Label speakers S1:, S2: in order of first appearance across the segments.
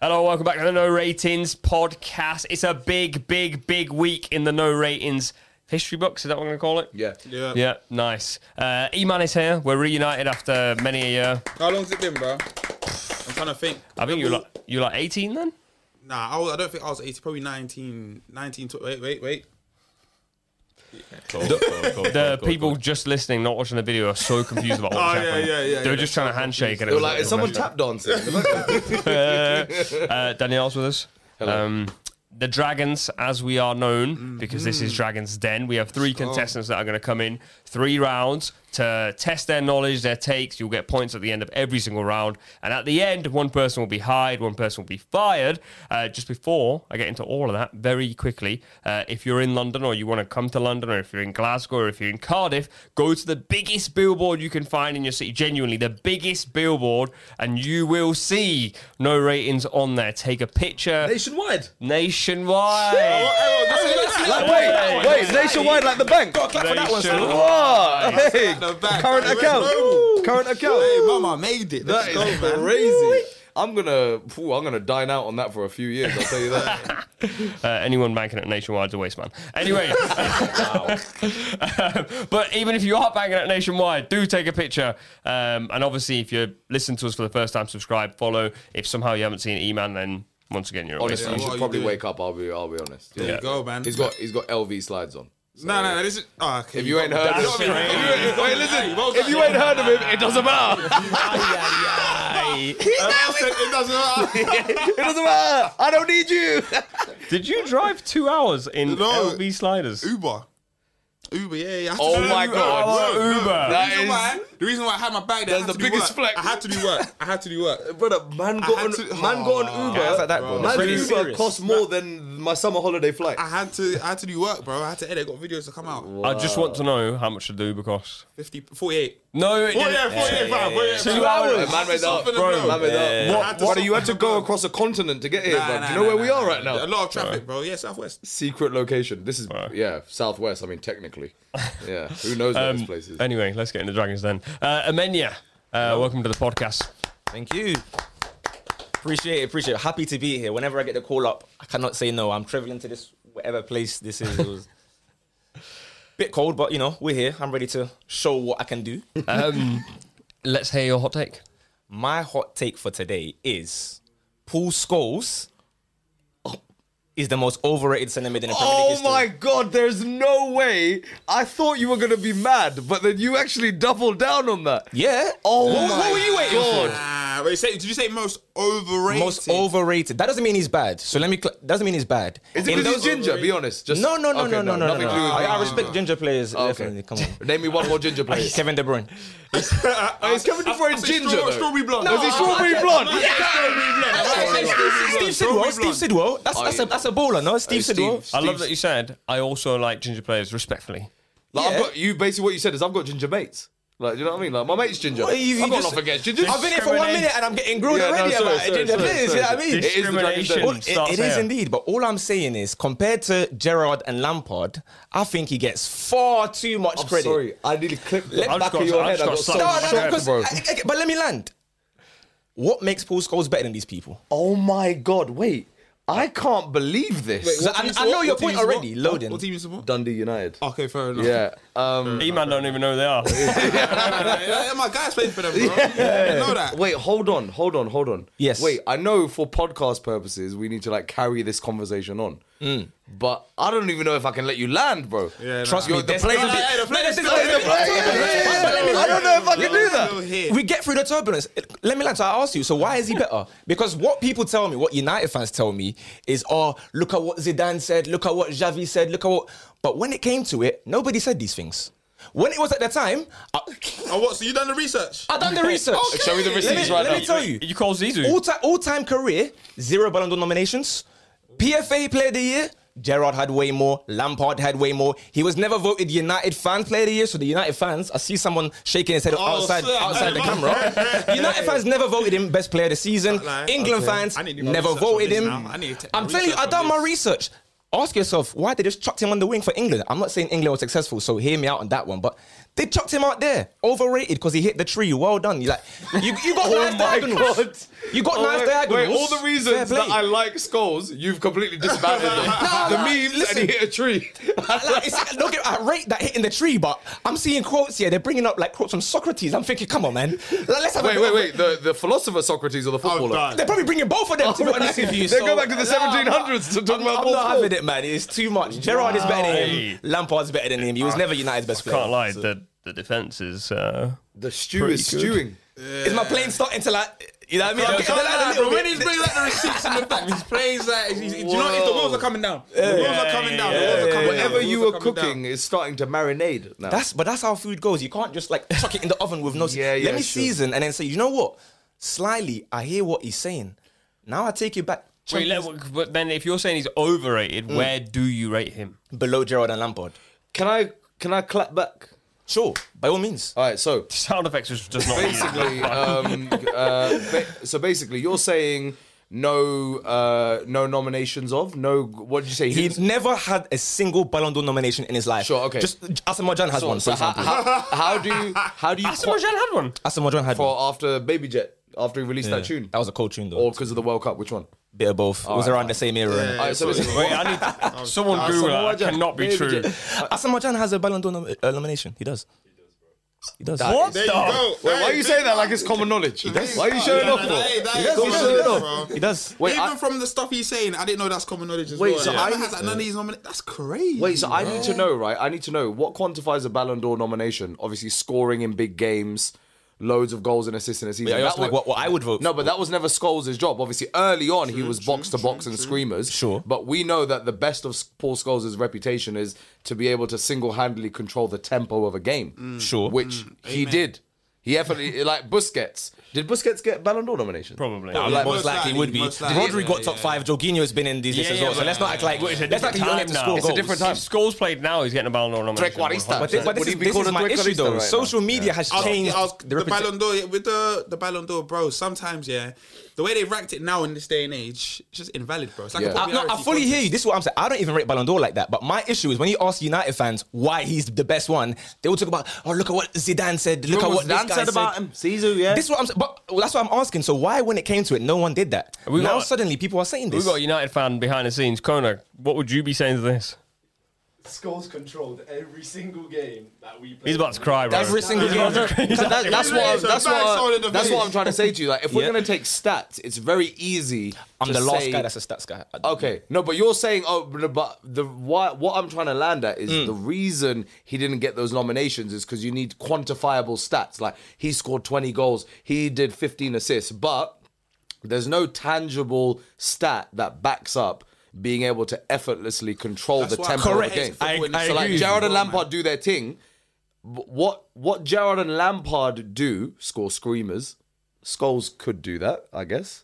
S1: Hello, welcome back to the No Ratings podcast. It's a big, big, big week in the No Ratings history books. Is that what I'm going to call it?
S2: Yeah.
S3: Yeah.
S1: Yeah, nice. Uh, E-Man is here. We're reunited after many a year.
S3: How long's it been, bro? I'm trying to think.
S1: I think you're like you're like 18 then.
S3: Nah, I, was, I don't think I was 80, probably 19, 19, tw- wait, wait, wait.
S1: The people just listening, not watching the video, are so confused about what
S3: Oh,
S1: was
S3: yeah,
S1: happening.
S3: yeah, yeah,
S1: They were
S3: yeah.
S1: just trying to handshake, and it
S2: They were
S1: was
S2: like, is someone tap dancing?
S1: Uh, Danielle's with us.
S2: Hello.
S1: Um, the Dragons, as we are known, because this is Dragons Den, we have three contestants that are going to come in, three rounds to test their knowledge, their takes. You'll get points at the end of every single round. And at the end, one person will be hired, one person will be fired. Uh, just before I get into all of that, very quickly, uh, if you're in London or you want to come to London or if you're in Glasgow or if you're in Cardiff, go to the biggest billboard you can find in your city. Genuinely, the biggest billboard, and you will see no ratings on there. Take a picture
S2: Nationwide.
S1: nationwide.
S2: Like, wait, wait, nationwide like the bank.
S3: Clap for that one,
S1: Nation-
S3: son.
S2: Whoa, hey,
S3: The back.
S2: current
S3: Hey, where's
S2: account,
S3: Mo?
S2: current account.
S3: Hey, mama made it.
S2: That
S3: Let's
S2: is
S3: go, man.
S2: crazy. I'm gonna, phew, I'm gonna dine out on that for a few years. I'll tell you that.
S1: Uh, anyone banking at Nationwide's a waste man. Anyway, Um, but even if you are banking at Nationwide, do take a picture. Um, and obviously, if you're listening to us for the first time, subscribe, follow. If somehow you haven't seen E-Man, then once again, you're a waste
S2: Honestly,
S1: man.
S2: you
S3: what are
S2: should
S3: you
S2: probably
S3: doing?
S2: wake up. I'll be, I'll be honest. Yeah.
S3: There you go, man.
S2: He's got, he's got LV slides on.
S3: No, no, no. This is. Oh, okay.
S2: If you ain't heard,
S1: That's
S2: of him,
S1: crazy.
S2: if you, wait,
S3: Hey,
S2: listen.
S3: well
S2: If you
S3: done.
S2: ain't heard of him, it doesn't matter.
S3: Uh, I said it doesn't matter.
S2: It doesn't matter. I don't need you.
S1: Did you drive two hours in
S3: No.
S1: LV sliders?
S3: Uber. Uber, yeah, yeah. I had to
S2: Oh
S3: do
S2: my
S3: Uber.
S2: God.
S3: Bro, no.
S1: Uber.
S2: That
S3: The reason
S2: is-
S3: why- The reason why I had my bag there, I
S2: That's
S3: had
S2: the
S3: to do
S2: biggest
S3: work.
S2: flex.
S3: I had to do work. I had to do work.
S2: Brother, man got
S3: had
S2: on,
S3: to- Ah.
S2: man got on Uber.
S3: Yeah, it's like that, bro.
S2: Man,
S3: Pretty
S2: Uber
S3: serious.
S2: costs more than my summer holiday flight.
S3: I had to, I had to do work, bro. I had to edit. Got videos to come out.
S1: I just want to know how much the Uber costs.
S3: 50, 48.
S1: No, it-
S3: Oh, yeah, 48, fam, 48,
S1: Two
S3: fam.
S1: hours.
S2: Hey, man made that up.
S3: Soften it
S2: Bro,
S3: up.
S2: man made that
S3: Yeah.
S2: up.
S3: I had
S2: What,
S3: to
S2: what, you had to
S3: soften it
S2: go
S3: up.
S2: across a continent to get here,
S3: Nah,
S2: bro.
S3: nah,
S2: Do you know
S3: nah,
S2: where
S3: nah,
S2: we
S3: nah,
S2: are
S3: nah.
S2: right now?
S3: A lot of traffic, bro. Yeah, Southwest.
S2: Secret location. This is, yeah, southwest. I mean, technically. Yeah, who knows where
S4: Um,
S2: this place is.
S1: Anyway, let's get into Dragons Den. Uh, Amenya, uh, welcome to the podcast.
S4: Thank you. Appreciate it, appreciate it. Happy to be here. Whenever I get the call up, I cannot say no. I'm traveling to this whatever place this is. It was bit cold, but you know, we're here. I'm ready to show what I can do.
S1: Um, let's hear your hot take.
S4: My hot take for today is Paul Scholes is the most overrated centre mid in the Premier League
S2: Oh
S4: history.
S2: my god, there's no way. I thought you were going to be mad, but then you actually doubled down on that.
S4: Yeah.
S2: Oh
S4: What-
S2: my
S4: what were you waiting for?
S2: God.
S3: Ah, wait, say, did you say most overrated?
S4: Most overrated. That doesn't mean he's bad. So let me. Cl- doesn't mean he's bad.
S2: Is it
S4: In
S2: because he's
S4: those-
S2: ginger? Be honest. Just,
S4: No, no, no,
S2: Okay,
S4: no, no, no, no.
S2: Nothing
S4: no.
S2: to do with
S4: I, I
S2: that.
S4: respect ginger players.
S2: Oh, Okay.
S4: Definitely. Come on.
S2: Name me one more ginger player.
S4: Kevin De Bruyne.
S2: Oh, is Kevin De Bruyne ginger?
S3: straw-
S2: though?
S3: strawberry blonde.
S2: Was he
S3: No,
S2: strawberry blonde?
S4: Steve Steve Sidwell. Steve Sidwell. That's, that's, a, that's a baller, no? Steve
S2: Steve-
S4: Sidwell.
S1: I love that you said, I also like ginger players, respectfully.
S2: Like, I've
S4: Yeah.
S2: got you. Basically, what you said is I've got ginger mates. Like, do you know what I mean? Like, my mate's ginger.
S4: Well, you- you
S2: I've got
S4: just-
S2: nothing against ginger.
S4: I've been here for one
S1: Discriminate.
S4: minute and I'm getting grilled
S2: Yeah, no,
S4: already
S2: sorry,
S4: about
S2: sorry,
S4: ginger
S2: sorry,
S4: players.
S2: sorry.
S4: You know what I mean?
S2: It is the Dragon's Den.
S1: Discrimination.
S2: Well,
S4: It-
S1: starts
S4: it
S1: there.
S4: is indeed, but all I'm saying is, compared to Gerard and Lampard, I think he gets far too much
S2: I'm
S4: credit.
S2: sorry, I nearly clipped the
S1: I've
S2: back
S1: got-
S2: of your
S1: I've
S2: head. I got
S1: got
S2: so
S1: slapped.
S4: No, no, no,
S1: Shut up,
S2: shocked,
S4: because,
S2: bro.
S4: I- I- but let me land. What makes Paul Scholes better than these people?
S2: Oh my god! Wait, I can't believe this.
S4: So- I- I know your point already, Loden.
S3: What team you support?
S2: Dundee United.
S3: Okay, fair enough.
S2: Yeah. Um.
S1: E man don't even know who they are.
S3: yeah, yeah, my guys played for them, bro. You know that.
S2: Wait, hold on, hold on, hold on.
S4: Yes.
S2: Wait, I know for podcast purposes we need to like carry this conversation on, but I don't even know if I can let you land, bro.
S3: Yeah, no.
S4: Mm. Trust
S2: Yo,
S4: me,
S2: the
S4: there's-
S2: players.
S4: no, no, no, no, no, no, no, no, no, no, no, no, no, no, no,
S2: I don't know if I can do that.
S3: Still here.
S4: We get through the turbulence. Let me land. So I asked you, so why is he better? Because what people tell me, what United fans tell me, is oh, look at what Zidane said, look at what Xavi said, look at what. But when it came to it, nobody said these things. When it was at the time, uh, I,
S3: Oh, what? So you done the research?
S4: I done the research.
S2: Show me the
S4: Let me,
S2: receipts right
S4: let
S2: now.
S4: me tell you,
S1: You call Zizou.
S4: all time all time career zero Ballon d'Or nominations, PFA Player of the Year. Gerard had way more. Lampard had way more. He was never voted United Fan Player of the Year. So the United fans, I see someone shaking his head
S3: Oh,
S4: outside
S3: shit.
S4: outside the camera. United fans never voted him Best Player of the Season.
S3: Like,
S4: England
S3: okay.
S4: fans
S3: I need to do my
S4: never
S3: research on
S4: voted
S3: this
S4: him.
S3: now. I need to take my
S4: I'm telling you, I
S3: research
S4: done
S3: on
S4: my
S3: this.
S4: research. Ask yourself why they just chucked him on the wing for England. I'm not saying England was successful, so hear me out on that one. But They chucked him out there, overrated because he hit the tree. Well done. You like you, you got
S2: Oh
S4: nice diagonals. Oh You got nice
S2: wait,
S4: diagonals.
S2: Wait, all the
S4: Fair
S2: reasons
S4: play.
S2: that I like skulls, you've completely disbanded them. the
S4: no,
S2: memes
S4: listen.
S2: and he hit a tree.
S4: like, it's, don't get, I rate that hitting the tree, but I'm seeing quotes here. They're bringing up like quotes from Socrates. I'm thinking, come on, man. Like, let's have a
S2: wait,
S4: bit
S2: wait,
S4: of-
S2: wait. The the philosopher Socrates or the footballer?
S3: God.
S4: They're probably bringing both of them to be honest with you.
S2: They
S4: so-
S2: go back to the
S4: Nah,
S2: 1700s to talk
S4: I'm,
S2: about
S4: I'm
S2: Paul
S4: not
S2: Scholes.
S4: having it, man. It's too much. Gerard is better than him. Lampard's better than him. He
S2: Ah,
S4: was never United's best player.
S1: Can't lie, the the defense is. Uh,
S2: The stew is
S1: Pretty good.
S2: stewing.
S4: Is my plane starting to like? You know what I mean? I'm
S3: But
S4: getting to like a little
S3: when
S4: bit.
S3: he's bringing like the receipts and the fact, he's plays like, he's, he's, do you know, it's the wheels are coming down. The wheels are coming down. The wheels are coming down.
S2: Whatever
S3: The
S2: you
S3: wheels
S2: were
S3: are coming down.
S2: cooking is starting to marinade now.
S4: That's but that's how food goes. You can't just like chuck it in the oven with no.
S2: Yeah, yeah,
S4: Let me
S2: sure.
S4: season and then say, you know what? Slyly, I hear what he's saying. Now I take you back.
S1: Wait,
S4: Champions-
S1: let- but then if you're saying he's overrated,
S4: Mm.
S1: where do you rate him?
S4: below Gerard and Lampard.
S2: can I can I clap back?
S4: Sure, by all means.
S2: All right, so
S1: Sound effects was just not.
S2: basically, um, uh, ba- so basically, you're saying no, uh, no nominations of no. What did you say?
S4: He
S2: Hints?
S4: never had a single Ballon d'Or nomination in his life.
S2: Sure, okay.
S4: Just Asamoah Gyan has
S2: So-
S4: one,
S2: so
S4: for
S2: how,
S4: example.
S2: how, how do you how do you
S1: Asamoah Gyan Ah, had one.
S4: Asamoah Gyan had
S2: for after Baby Jet after he released
S4: one.
S2: that tune
S4: That was a cold tune though.
S2: or because of the World Cup? Which one?
S4: bit of both. it was around the same era. innit?
S2: All right, so listen.
S1: Wait, I need
S4: Oh,
S1: someone
S4: ah,
S2: Asamoah
S1: Google that.
S2: Gyan,
S1: that. Cannot be
S2: Baby
S1: true.
S2: Jet.
S4: Asamoah Gyan has a Ballon d'Or nom- uh, nomination. He does. He does.
S1: What
S3: There
S1: the?
S3: you go.
S2: Wait, why are you saying that like it's common knowledge? Why are you showing off for?
S4: He does. He does.
S3: off,
S4: He does.
S2: Wait,
S3: Even
S2: I-
S3: from the stuff he's saying, I didn't know that's common knowledge as
S2: Wait,
S3: well.
S2: so
S3: So
S2: I-
S3: I has like, none of these nominated. That's crazy.
S2: Wait, so I need to know, right? I need to know what quantifies a Ballon d'Or nomination. Obviously, scoring in big games, loads of goals and assists in a season.
S4: Yeah, you
S2: That
S4: asked, like,
S2: wa-
S4: what- what I would vote
S2: No,
S4: for.
S2: but that was never Scholes' job. Obviously, early on he was box to box and screamers.
S4: Sure.
S2: but we know that the best of Paul Scholes' reputation is to be able to single-handedly control the tempo of a game.
S4: Mm. Sure.
S2: which he did. He effortlessly like Busquets. Did Busquets get Ballon d'or nomination?
S1: Probably.
S4: I
S1: I
S4: mean,
S1: like-
S4: most
S3: most
S4: likely
S3: likely,
S4: would be.
S3: most likely.
S4: Rodri got top five. Jorginho's been in these lists
S1: Yeah,
S4: as
S1: yeah,
S4: well. so
S1: but-
S4: let's not act like
S1: Well, it's a
S4: let's not
S1: different
S4: act like he
S1: time
S4: only had to
S1: now.
S4: score
S1: It's a
S4: goals.
S2: different time.
S1: If Scholes played now, he's getting a Ballon d'Or nomination.
S2: Trequarista.
S1: 100%.
S4: But this, but
S2: Would
S4: this
S2: he
S4: is,
S2: be
S4: this
S2: called
S4: is
S2: a
S4: my
S2: Twitter
S4: issue though.
S2: right now?
S4: Social media has
S3: I was-
S4: changed.
S3: I was-
S4: the
S3: the
S4: reputa-
S3: Ballon d'Or yeah, with the the Ballon d'Or, bro. Sometimes, yeah, the way they ranked it now in this day and age, it's just invalid, bro. It's like
S2: Yeah.
S3: a
S4: I, no, I
S3: popularity
S4: fully hear
S3: contest.
S4: you. This is what I'm saying. I don't even rate Ballon d'Or like that. But my issue is when you ask United fans why he's the best one, they will talk about, oh, look at what Zidane said. Look
S2: Look
S4: at what
S2: Dan
S4: this guy
S2: said about him. Caesar, yeah.
S4: This is what I'm saying. But well, that's what I'm asking. So why, when it came to it, no one did that?
S1: We
S4: now
S1: got-
S4: suddenly people are saying
S1: We've
S4: this.
S1: got a United fan behind the scenes. Kona, what would you be saying to this?
S5: Scholes controlled every single game that we played.
S1: He's about to cry, bro.
S4: Every single game.
S2: So that- that's what I'm,
S3: So
S2: that's
S3: back
S2: what
S3: side of
S2: I,
S3: the
S2: that's
S3: field.
S2: what I'm trying to say to you. Like, if we're
S4: Yeah.
S2: gonna take stats, it's very easy.
S4: I'm
S2: to
S4: the last
S2: say-
S4: guy that's a stats guy.
S2: Okay, no, but you're saying, oh, but but the what, what I'm trying to land at is
S3: Hmm.
S2: the reason he didn't get those nominations is because you need quantifiable stats. Like he scored 20 goals, he did 15 assists, but there's no tangible stat that backs up being able to effortlessly control
S3: That's
S2: the
S3: why
S2: tempo of
S3: correct.
S2: the game.
S3: I- I
S2: so like
S3: agree with
S2: Gerard
S3: you.
S2: and Lampard do their thing. But What what Gerard and Lampard do score screamers. Scholes could do that, I guess.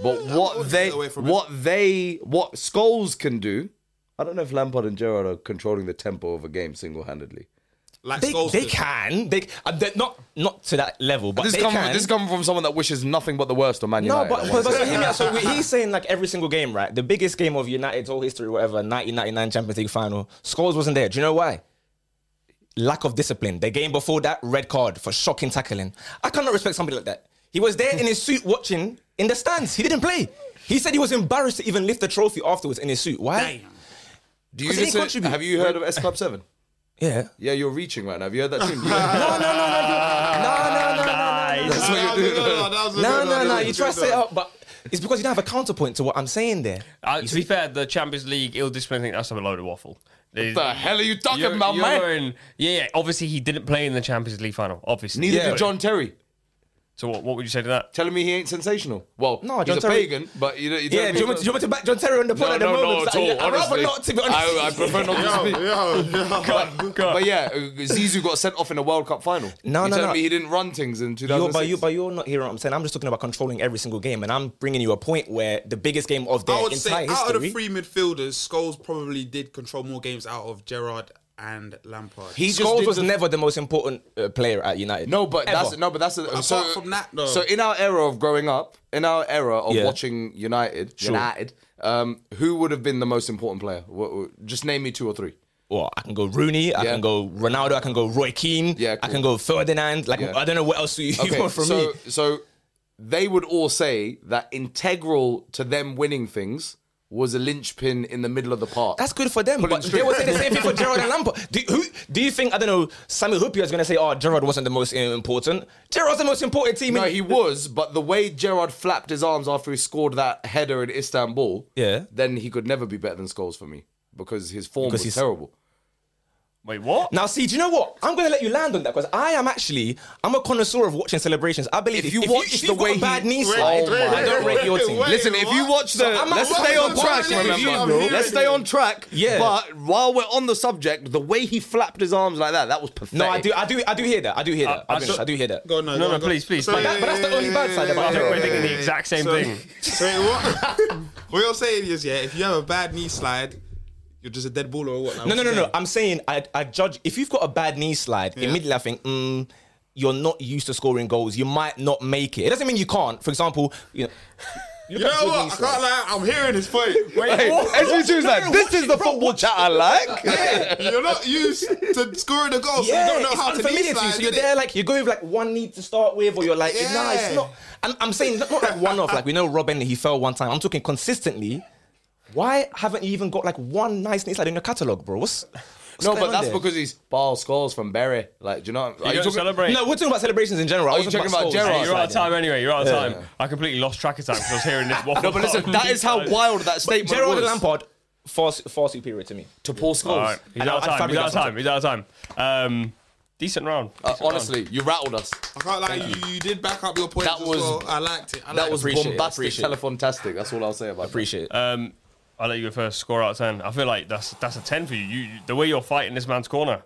S2: But what
S3: wouldn't
S2: they
S3: get away from it.
S2: what they what Scholes can do, I don't know if Lampard and Gerard are controlling the tempo of a game single handedly.
S3: Like
S4: They,
S3: Scholes
S4: they
S3: did.
S4: can. They, uh, they're not, not to that level, but
S2: This
S4: they
S2: is coming
S4: can.
S2: from, this is coming from someone that wishes nothing but the worst on Man
S4: No,
S2: United.
S4: but, but, but so hear me out. So we- he's saying like every single game, right? The biggest game of United's whole history, whatever, 1999 Champions League final. Scores wasn't there. Do you know why? Lack of discipline. The game before that, red card for shocking tackling. I cannot respect somebody like that. He was there in his suit watching in the stands. He didn't play. He said he was embarrassed to even lift the trophy afterwards in his suit. Why?
S2: do you
S4: Because he didn't
S2: listen-
S4: contribute.
S2: have you heard of S Club Seven?
S4: Yeah.
S2: Yeah, you're reaching right now. Have you heard that tune?
S4: No, no, no, no,
S2: Ah,
S4: no, no, no, no, no, no.
S1: Nice.
S3: That was a good one, that was a
S4: No,
S3: good
S4: no,
S3: one,
S4: no.
S3: that
S4: You
S3: was a
S4: try to
S3: good
S4: set it
S3: one.
S4: up, but it's because you don't have a counterpoint to what I'm saying there.
S2: Ah,
S1: Uh, to be fair, the Champions League ill discipline thing, that's a load of waffle. They-
S2: the hell are you talking
S1: you're-
S2: about,
S1: you're
S2: man?
S1: in- yeah, yeah, obviously he didn't play in the Champions League final. Obviously.
S2: Neither
S4: Yeah.
S2: did John Terry.
S1: So what, what would you say to that?
S2: Telling me he ain't sensational. Well,
S4: No,
S2: no, he's
S4: John
S2: a
S4: Terry-
S2: pagan, but you know, you
S4: Yeah, do you, want me to, do you want me to back John Terry on the pod
S2: no,
S4: at the
S2: no,
S4: moment?
S2: no, at
S4: I-
S2: all.
S4: I'd rather
S2: honestly.
S4: not, to be honest.
S2: I, I prefer not to speak.
S3: Yo, yo, yo.
S2: But yeah, uh, Zizou got sent off in a World Cup final.
S4: No,
S2: you
S4: no,
S2: telling
S4: no.
S2: me he didn't run things in
S4: You're, but,
S2: 2006.
S4: you, but you're not hearing what I'm saying. I'm just talking about controlling every single game, and I'm bringing you a point where the biggest game of their
S3: I would say
S4: entire history.
S3: out of the three midfielders, Scholes probably did control more games out of Gerrard and Lampard.
S2: he just
S4: Scholes
S2: did
S4: was
S2: the-
S4: never the most important uh, player at United.
S2: No, but
S4: Ever.
S2: that's no, but that's a, so.
S3: from that, though-
S2: so in our era of growing up, in our era of
S4: Yeah.
S2: watching United, United, um, who would have been the most important player? What, what- just name me two or three.
S4: well, I can go Rooney, I
S2: Yeah.
S4: can go Ronaldo, I can go Roy Keane,
S2: Yeah,
S4: I
S2: cool.
S4: can go Ferdinand. Like
S2: Yeah.
S4: I don't know what else you
S2: Okay,
S4: want from
S2: so
S4: me.
S2: so they would all say that integral to them winning things was a linchpin in the middle of the park.
S4: That's good for them, but
S2: it
S4: they would say the same thing for Gerard and Lampard. Do, who, do you think I don't know? Sammy Hupia is going to say, "Oh, Gerard wasn't the most uh, important. Gerard's the most important team."
S2: no,
S4: in-
S2: he was, but the way Gerard flapped his arms after he scored that header in Istanbul,
S4: Yeah.
S2: then he could never be better than Scholes for me because his form
S4: Because
S2: was
S4: he's-
S2: terrible.
S1: Wait, what?
S4: Now, see, do you know what? I'm going to let you land on that because I am actually I'm a connoisseur of watching celebrations. I believe
S2: If you
S4: if
S2: watch
S4: if
S2: the
S4: you've got
S2: way
S4: a
S2: he-
S4: bad knee
S2: Wait, oh
S4: slide,
S2: wait,
S4: I don't
S2: wait,
S4: rate your
S3: wait,
S4: team.
S3: wait.
S2: Listen, if you
S3: what?
S2: watch the,
S4: So I'm not-
S2: let's
S4: I'm
S2: stay on
S4: not
S2: track.
S4: contradicting
S2: Remember,
S4: you, bro.
S2: let's stay on track.
S4: Yeah.
S2: But while we're on the subject, the way he flapped his arms like that, that was pathetic.
S4: No, I do, I do, I do hear that. I do
S2: Uh,
S4: hear that.
S1: I
S4: I, do-
S1: saw-
S4: I do hear that.
S3: Go on, no,
S1: No,
S3: go
S1: no,
S3: on, go-
S1: please, please,
S3: So,
S1: please.
S4: But that- but that's the only bad side about
S1: I
S4: it.
S1: think we're thinking the exact same
S3: So-
S1: thing.
S3: So what? what you're saying is, yeah, if you have a bad knee slide, you're just a dead baller or what? Like, what's
S4: No, no, no,
S3: your
S4: no.
S3: game?
S4: I'm saying I, I judge if you've got a bad knee slide immediately. I think mm, you're not used to scoring goals. You might not make it. It doesn't mean you can't. For example, you know.
S3: You know what? I can't lie. I'm hearing this point.
S2: Hey, SG2 is
S4: No,
S2: like,
S4: no,
S2: this
S4: watch
S2: is
S4: it,
S2: the
S4: bro,
S2: football chat I like.
S3: You're not used to scoring a goal,
S4: Yeah,
S3: so you don't know
S4: it's
S3: how to knee
S4: unfamiliar to you.
S3: slide.
S4: So you're
S3: innit?
S4: there, like you're going with like one knee to start with, or you're like, nah,
S3: Yeah.
S4: it's not. I'm, I'm saying not not like one off. Like we know Robin, he fell one time. I'm talking consistently. Why haven't you even got like one nice knee slide in your catalogue, bro? What's, what's
S2: No,
S4: going
S2: but
S4: on
S2: that's
S4: there?
S2: because he's ball scores from Barry. Like, do you know? Are
S1: You don't celebrate.
S4: No, we're talking about celebrations in general. I
S2: you
S4: wasn't
S2: Oh, talking about
S4: Scholes.
S2: Gerrard?
S1: Hey, you're out of
S4: Sliding.
S1: time anyway. You're out of time. I completely lost track of time because I was hearing this waffle.
S2: No, but listen, that is how wild that statement
S4: Gerrard
S2: was.
S4: and Lampard far, far superior to me.
S2: to Paul Scholes.
S1: All right, he's
S4: And
S1: out of
S4: I- I
S1: time. He's out of
S4: fabricated
S1: time. He's out of time. Um, decent round.
S2: Uh,
S1: Decent round.
S2: honestly, you rattled us.
S3: I can't lie. You, you did back up your points
S2: That
S3: as
S2: was-
S3: well. I liked it. I liked
S2: That was
S3: it.
S4: appreciate it,
S2: bombastic,
S4: appreciate it.
S2: telefontastic. That's all I'll say about Uh, it.
S4: Appreciate it.
S1: Um, I'll let you go first. Score out of ten. I feel like that's that's a ten for you. You, you- the way you're fighting this man's corner,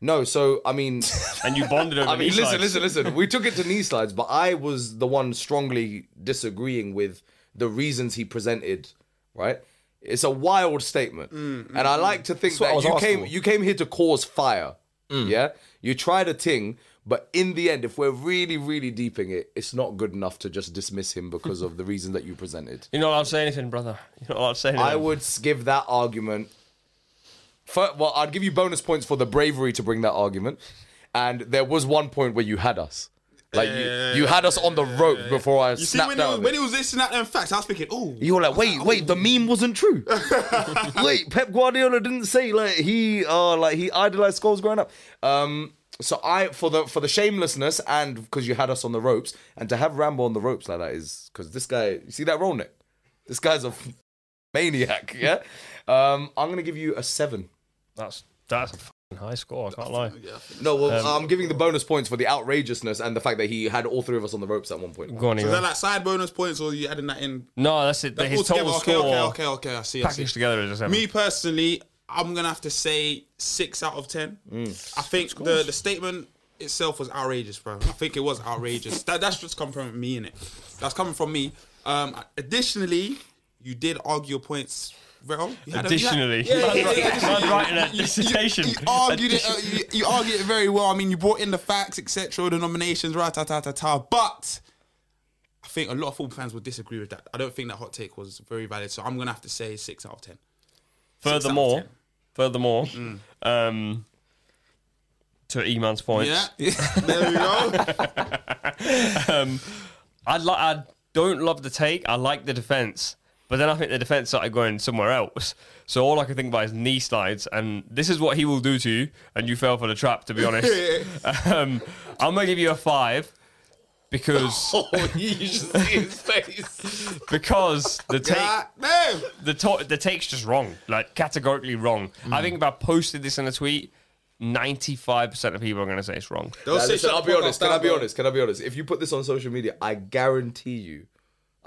S2: No, so I mean,
S1: and you bonded over.
S2: I mean,
S1: knee
S2: listen,
S1: sides.
S2: listen, listen. We took it to knee slides, but I was the one strongly disagreeing with the reasons he presented. Right? It's a wild statement,
S4: Mm,
S2: and I like to think
S4: what I
S2: that
S4: was
S2: you
S4: asked
S2: came
S4: for.
S2: you came here to cause fire.
S4: Mm.
S2: Yeah, you tried a thing, but in the end, if we're really, really deeping it, it's not good enough to just dismiss him because of the reason that you presented.
S1: You're not allowed to say anything, brother. You're not allowed to say anything.
S2: I would s- give that argument. fir- well, I'd give you bonus points for the bravery to bring that argument. And there was one point where you had us. Like you, you had us on the rope before I
S3: You see,
S2: snapped
S3: when, it
S2: out.
S3: was,
S2: of
S3: when
S2: it.
S3: he was listening at them facts, I was thinking, oh,
S2: You were like, wait, wait, the meme wasn't true. wait, Pep Guardiola didn't say like he uh like he idolized Scholes growing up. Um so I for the for the shamelessness and because you had us on the ropes, and to have Rambo on the ropes like that is because this guy you see that roll neck? This guy's a f- maniac, yeah? Um I'm gonna give you a seven.
S1: That's that's a fucking high score. I can't lie.
S2: No, well I'm giving the bonus points for the outrageousness and the fact that he had all three of us on the ropes at one point.
S1: Go on,
S3: is
S1: Igor.
S3: that like side bonus points or you adding that in?
S1: No, that's it.
S3: That
S1: His
S3: altogether-
S1: total
S3: okay,
S1: score
S3: okay, okay, okay. I see. I see.
S1: packaged together is a seven.
S3: Me personally, I'm gonna have to say six out of ten. I think the, the statement itself was outrageous, bro. I think it was outrageous. that that's just come from me in it. That's coming from me. Um, additionally, you did argue your points. Well, You had a- you had-
S1: Additionally,
S3: Yeah, yeah, yeah, yeah,
S1: I'm
S3: additionally.
S1: writing a
S3: You- you-
S1: dissertation.
S3: You argued it. uh, You you argued it very well. I mean, you brought in the facts, etc., the nominations, right, ta ta ta ta. But I think a lot of football fans will disagree with that. I don't think that hot take was very valid. So I'm gonna have to say six out of ten.
S1: Furthermore,
S3: Six
S1: furthermore, um, to Eman's point,
S3: Yeah, there we go.
S1: I li- I don't love the take. I like the defense, but then I think the defense started going somewhere else. So all I can think about is knee slides, and this is what he will do to you. And you fell for the trap, to be honest. um, I'm gonna give you a five because
S3: Oh,
S2: you should see his face.
S1: because the take
S3: God damn.
S1: the to- the take's just wrong, like categorically wrong. I think if I posted this in a tweet, ninety five percent of people are going to say it's wrong.
S3: Those
S2: Nah,
S3: six
S2: listen,
S3: shut
S2: I'll
S3: the
S2: be
S3: fuck
S2: honest.
S3: up,
S2: Can I be
S3: bro.
S2: honest? Can I be honest? If you put this on social media, I guarantee you,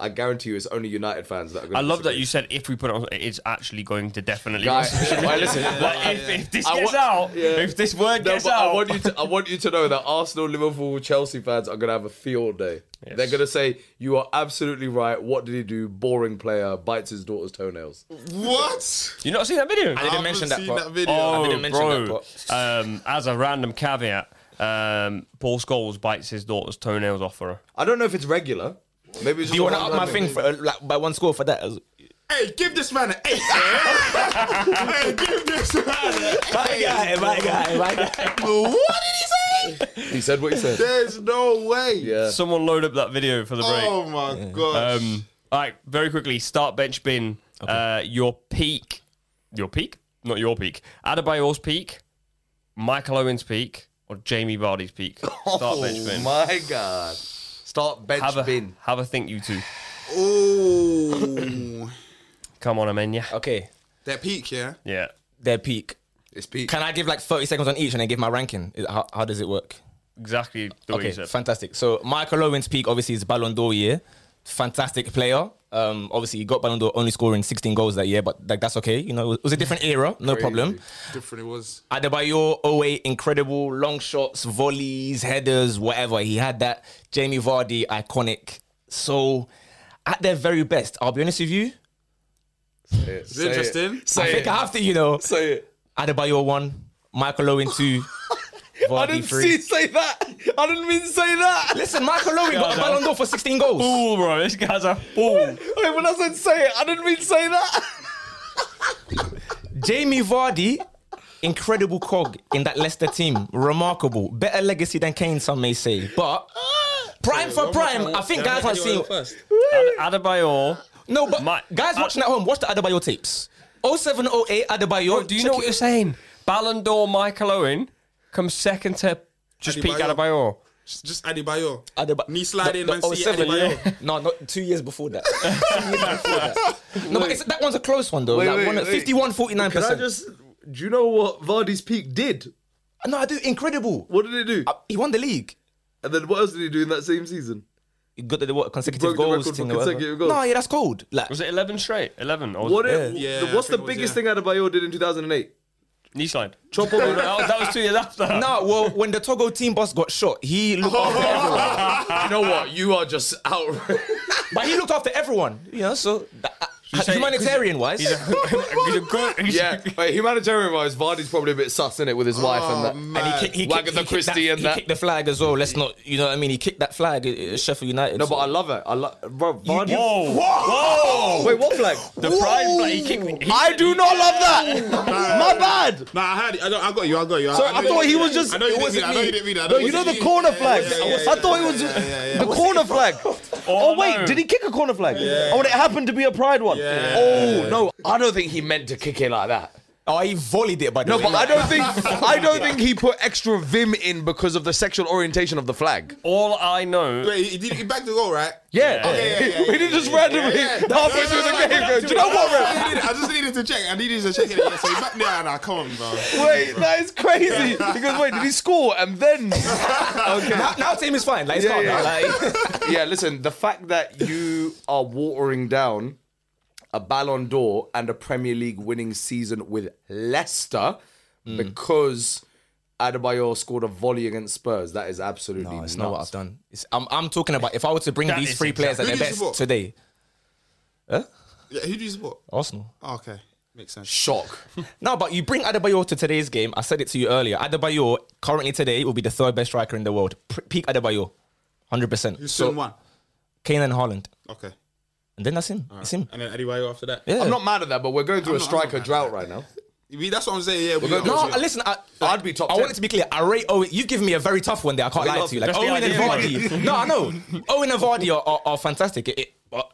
S2: I guarantee you, it's only United fans that are going to.
S1: I love that you said if we put it on, it's actually going to definitely.
S2: Guys, right, listen.
S1: Like, if, if this
S2: I
S1: gets
S2: wa-
S1: out,
S2: yeah.
S1: if this word
S2: No,
S1: gets
S2: but
S1: out,
S2: I want you to. I want you to know that Arsenal, Liverpool, Chelsea fans are going to have a field day. They're going to say you are absolutely right. What did he do? Boring player bites his daughter's toenails.
S3: What?
S1: you not seen that video?
S4: I didn't
S3: haven't
S4: mention that
S3: seen
S4: part.
S3: that video.
S1: Oh,
S4: I didn't mention that
S1: bro. um, as a random caveat, um, Paul Scholes bites his daughter's toenails off for her.
S2: I don't know if it's regular. Maybe it's just
S4: Do you
S2: a
S4: want to up my
S2: random-
S4: thing for, uh, like, by one score for that? As-
S3: Hey, Hey, give this man an eight. yeah? hey, give this man an
S4: My guy, my guy, my guy.
S3: eight. What did he say?
S2: He said what he said.
S3: There's no way.
S2: Yeah.
S1: Someone load up that video for the break.
S3: Oh my gosh.
S1: Um, all right, very quickly, start bench bin. Uh, your peak, your peak, not your peak. Adebayor's peak, Michael Owen's peak, or Jamie Vardy's peak. Start bench bin.
S2: Oh, my god. Start bench
S1: have a
S2: bin.
S1: have a think, you two.
S3: Ooh.
S1: Come on, Amenya.
S4: Okay,
S3: Their peak, yeah.
S1: Yeah,
S4: their peak.
S2: It's peak.
S4: Can I give like 30 seconds on each and then give my ranking? Is- How, how does it work?
S1: exactly the way
S4: Okay,
S1: you said.
S4: fantastic. So Michael Owens' peak obviously is Ballon d'Or year. Fantastic player. Um, obviously he got Ballon d'Or only scoring 16 goals that year, but like that's okay. You know, it was- it was a different era, no problem.
S3: Different it was.
S4: Adebayor, Owe, incredible long shots, volleys, headers, whatever. He had that. Jamie Vardy, iconic. So at their very best, I'll be honest with you.
S2: It's
S3: interesting.
S2: Say
S4: I
S2: it.
S4: think I have to, you know.
S2: Say it.
S4: Adebayor one, Michael Owen two, Vardy
S2: I didn't
S4: three.
S2: see say that. I didn't mean to say that.
S4: Listen, Michael Owen got a
S1: no.
S4: Ballon d'Or for 16 goals.
S1: Fool, bro. This guy's a fool.
S2: Wait, when I said say it, I didn't mean to say that.
S4: Jamie Vardy, incredible cog in that Leicester team. Remarkable. Better legacy than Kane, some may say. But prime for prime, I think guys are seeing.
S1: Ad- Adebayor.
S4: No, but
S1: My-
S4: guys
S1: I-
S4: watching at home, watch the Adebayo tapes. 07, 08 Adebayo.
S1: Do you
S4: check
S1: know
S4: it.
S1: what you're saying? Ballon d'Or Michael Owen comes second to just peak
S3: Adebayor.
S1: Adebayor.
S3: Just, just Adebayo.
S4: Adeba-
S3: Knee sliding,
S4: the-
S3: man.
S4: the
S3: See
S4: 07,
S3: Adebayo.
S4: yeah. No, not two years before that. Two years before that. No, but it's, that one's a close one though.
S2: Wait,
S4: like
S2: wait,
S4: one,
S2: wait.
S4: 51, 49
S2: Can I
S4: percent.
S2: just? Do you know what Vardy's peak did?
S4: No, I do incredible.
S2: What did he do?
S4: He won the league.
S2: And then what else did he do in that same season?
S4: He got the what, consecutive
S2: broke the
S4: goals
S2: record for
S4: thing. or whatever.
S2: consecutive goals.
S4: No, yeah, that's cold. Like
S1: Was it 11 straight? 11 or was
S2: What?
S1: it
S2: It,
S3: Yeah,
S2: the-
S3: I
S2: what's the
S3: think it was,
S2: biggest
S3: yeah.
S2: thing Adebayo did in 2008?
S1: knee slide?
S2: Chop over.
S1: that, was, that was two years after.
S4: No, well, when the Togo team boss got shot, he looked
S2: Oh.
S4: after everyone.
S2: you know what? You are just out.
S4: But he looked after everyone, you know, so uh,
S1: say-
S4: humanitarian wise.
S1: He's a, he's a good. he's a-
S2: yeah, wait, humanitarian wise, Vardy's probably a bit sus in it with his wife and that.
S3: man.
S4: and he, kick- he,
S2: Wag
S4: kicked,
S2: of the
S4: he, kicked
S2: Christie
S4: that,
S2: and
S4: he
S2: that.
S4: kicked the flag as well. Let's not, you know what I mean? He kicked that flag at- at Sheffield United.
S2: No, but I love it. I love bro, Vardy.
S1: Whoa! Whoa!
S3: Oh!
S2: Wait, what flag?
S1: Oh, The pride play he kicked. he-
S2: I do not love that. My bad.
S3: Nah, I heard it. I, don't, I got you. I got you.
S2: Sorry, I,
S3: know
S2: thought
S3: you-
S2: he was just.
S3: I know you
S2: it
S3: didn't
S2: wasn't
S3: mean that. I
S2: me.
S3: know you didn't mean that. I
S2: No,
S3: know
S2: you know the
S3: didn't mean
S2: corner
S3: that.
S2: flag.
S3: Yeah, yeah, yeah,
S2: I
S3: yeah.
S2: thought it was the corner flag. Oh, wait,
S1: no.
S2: did he kick a corner flag? Oh, and it happened to be a pride one.
S3: Yeah.
S2: Oh no, I don't think he meant to kick it like that.
S4: oh, he volleyed it, by the
S2: No,
S4: way.
S2: but I don't think I don't think he put extra vim in because of the sexual orientation of the flag.
S1: All I know.
S3: Wait, he, did, he backed the goal, right?
S2: Yeah,
S3: Okay, yeah, yeah, yeah,
S2: we didn't just
S3: yeah,
S2: randomly
S3: yeah, yeah.
S2: halfway through the game. go, Do you know what?
S3: I just needed- I just needed to check. I needed to check it. Yeah, so he backed. Nah, nah, come on, bro.
S2: bro? Wait, that is crazy. Because wait, did he score and then? Okay.
S4: Now, now team is fine. Like, it's
S2: Yeah,
S4: calm now,
S2: yeah.
S4: like-
S2: yeah, listen, the fact that you are watering down a Ballon d'Or and a Premier League winning season with Leicester Mm. because Adebayor scored a volley against Spurs, that is absolutely
S4: No, it's
S2: nuts.
S4: not what I've done. It's, I'm, I'm talking about if I were to bring
S1: That
S4: these
S1: is
S4: three players at
S3: exactly- Who
S4: their
S3: do you support?
S4: best today. Huh?
S3: Yeah, who do you support?
S4: Arsenal.
S3: Oh, okay, makes sense.
S2: Shock.
S4: No, but you bring Adebayor to today's game. I said it to you earlier. Adebayor currently today will be the third best striker in the world. P- peak Adebayor, hundred percent.
S3: Who's still
S4: So
S3: one?
S4: Kane and Haaland,
S3: Okay,
S4: and then that's him. It's him.
S3: and then Adebayo after that.
S4: Yeah.
S2: I'm not mad at that, but we're going through a
S3: not- I'm not
S2: striker
S3: mad at
S2: drought
S3: that.
S2: right now.
S3: We- That's what I'm saying. Yeah, we
S2: gonna
S3: are.
S2: do
S4: No,
S2: Yeah.
S4: listen. I,
S2: I'd be top
S4: I
S2: 10.
S4: want it to be clear. I rate Owen. You've given me a very tough one there. I can't lie
S2: love
S4: to you. Like
S1: that's the
S4: Owen and
S1: idea,
S4: Vardy. no, I know. Owen and Vardy are, are, are fantastic. It, it, but
S1: All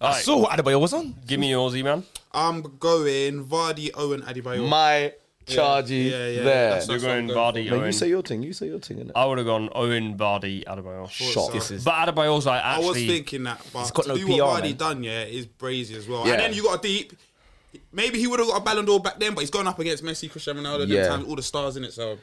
S4: I
S1: right,
S4: saw what Adebayo was on.
S1: give me yours, man.
S3: I'm going Vardy, Owen, Adebayo.
S2: My chargy
S3: yeah, yeah,
S2: there.
S3: that's
S1: You're
S3: what I'm
S1: going Vardy,
S2: Mate, you say
S1: Owen.
S2: your thing, you say your thing, innit?
S1: I would have gone Owen, Vardy, Adebayor.
S2: Shock.
S3: This is-
S1: But Adebayor's like
S3: I
S1: actually.
S3: was thinking that, but
S4: got
S3: to
S4: no
S3: do what Vardy
S4: PR, man.
S3: done, yeah, is brazy as well.
S2: Yeah.
S3: And then you got a deep. Maybe he would have got a Ballon d'Or back then, but he's going up against Messi, Cristiano Ronaldo, them
S2: Yeah.
S3: times, all the stars in it. So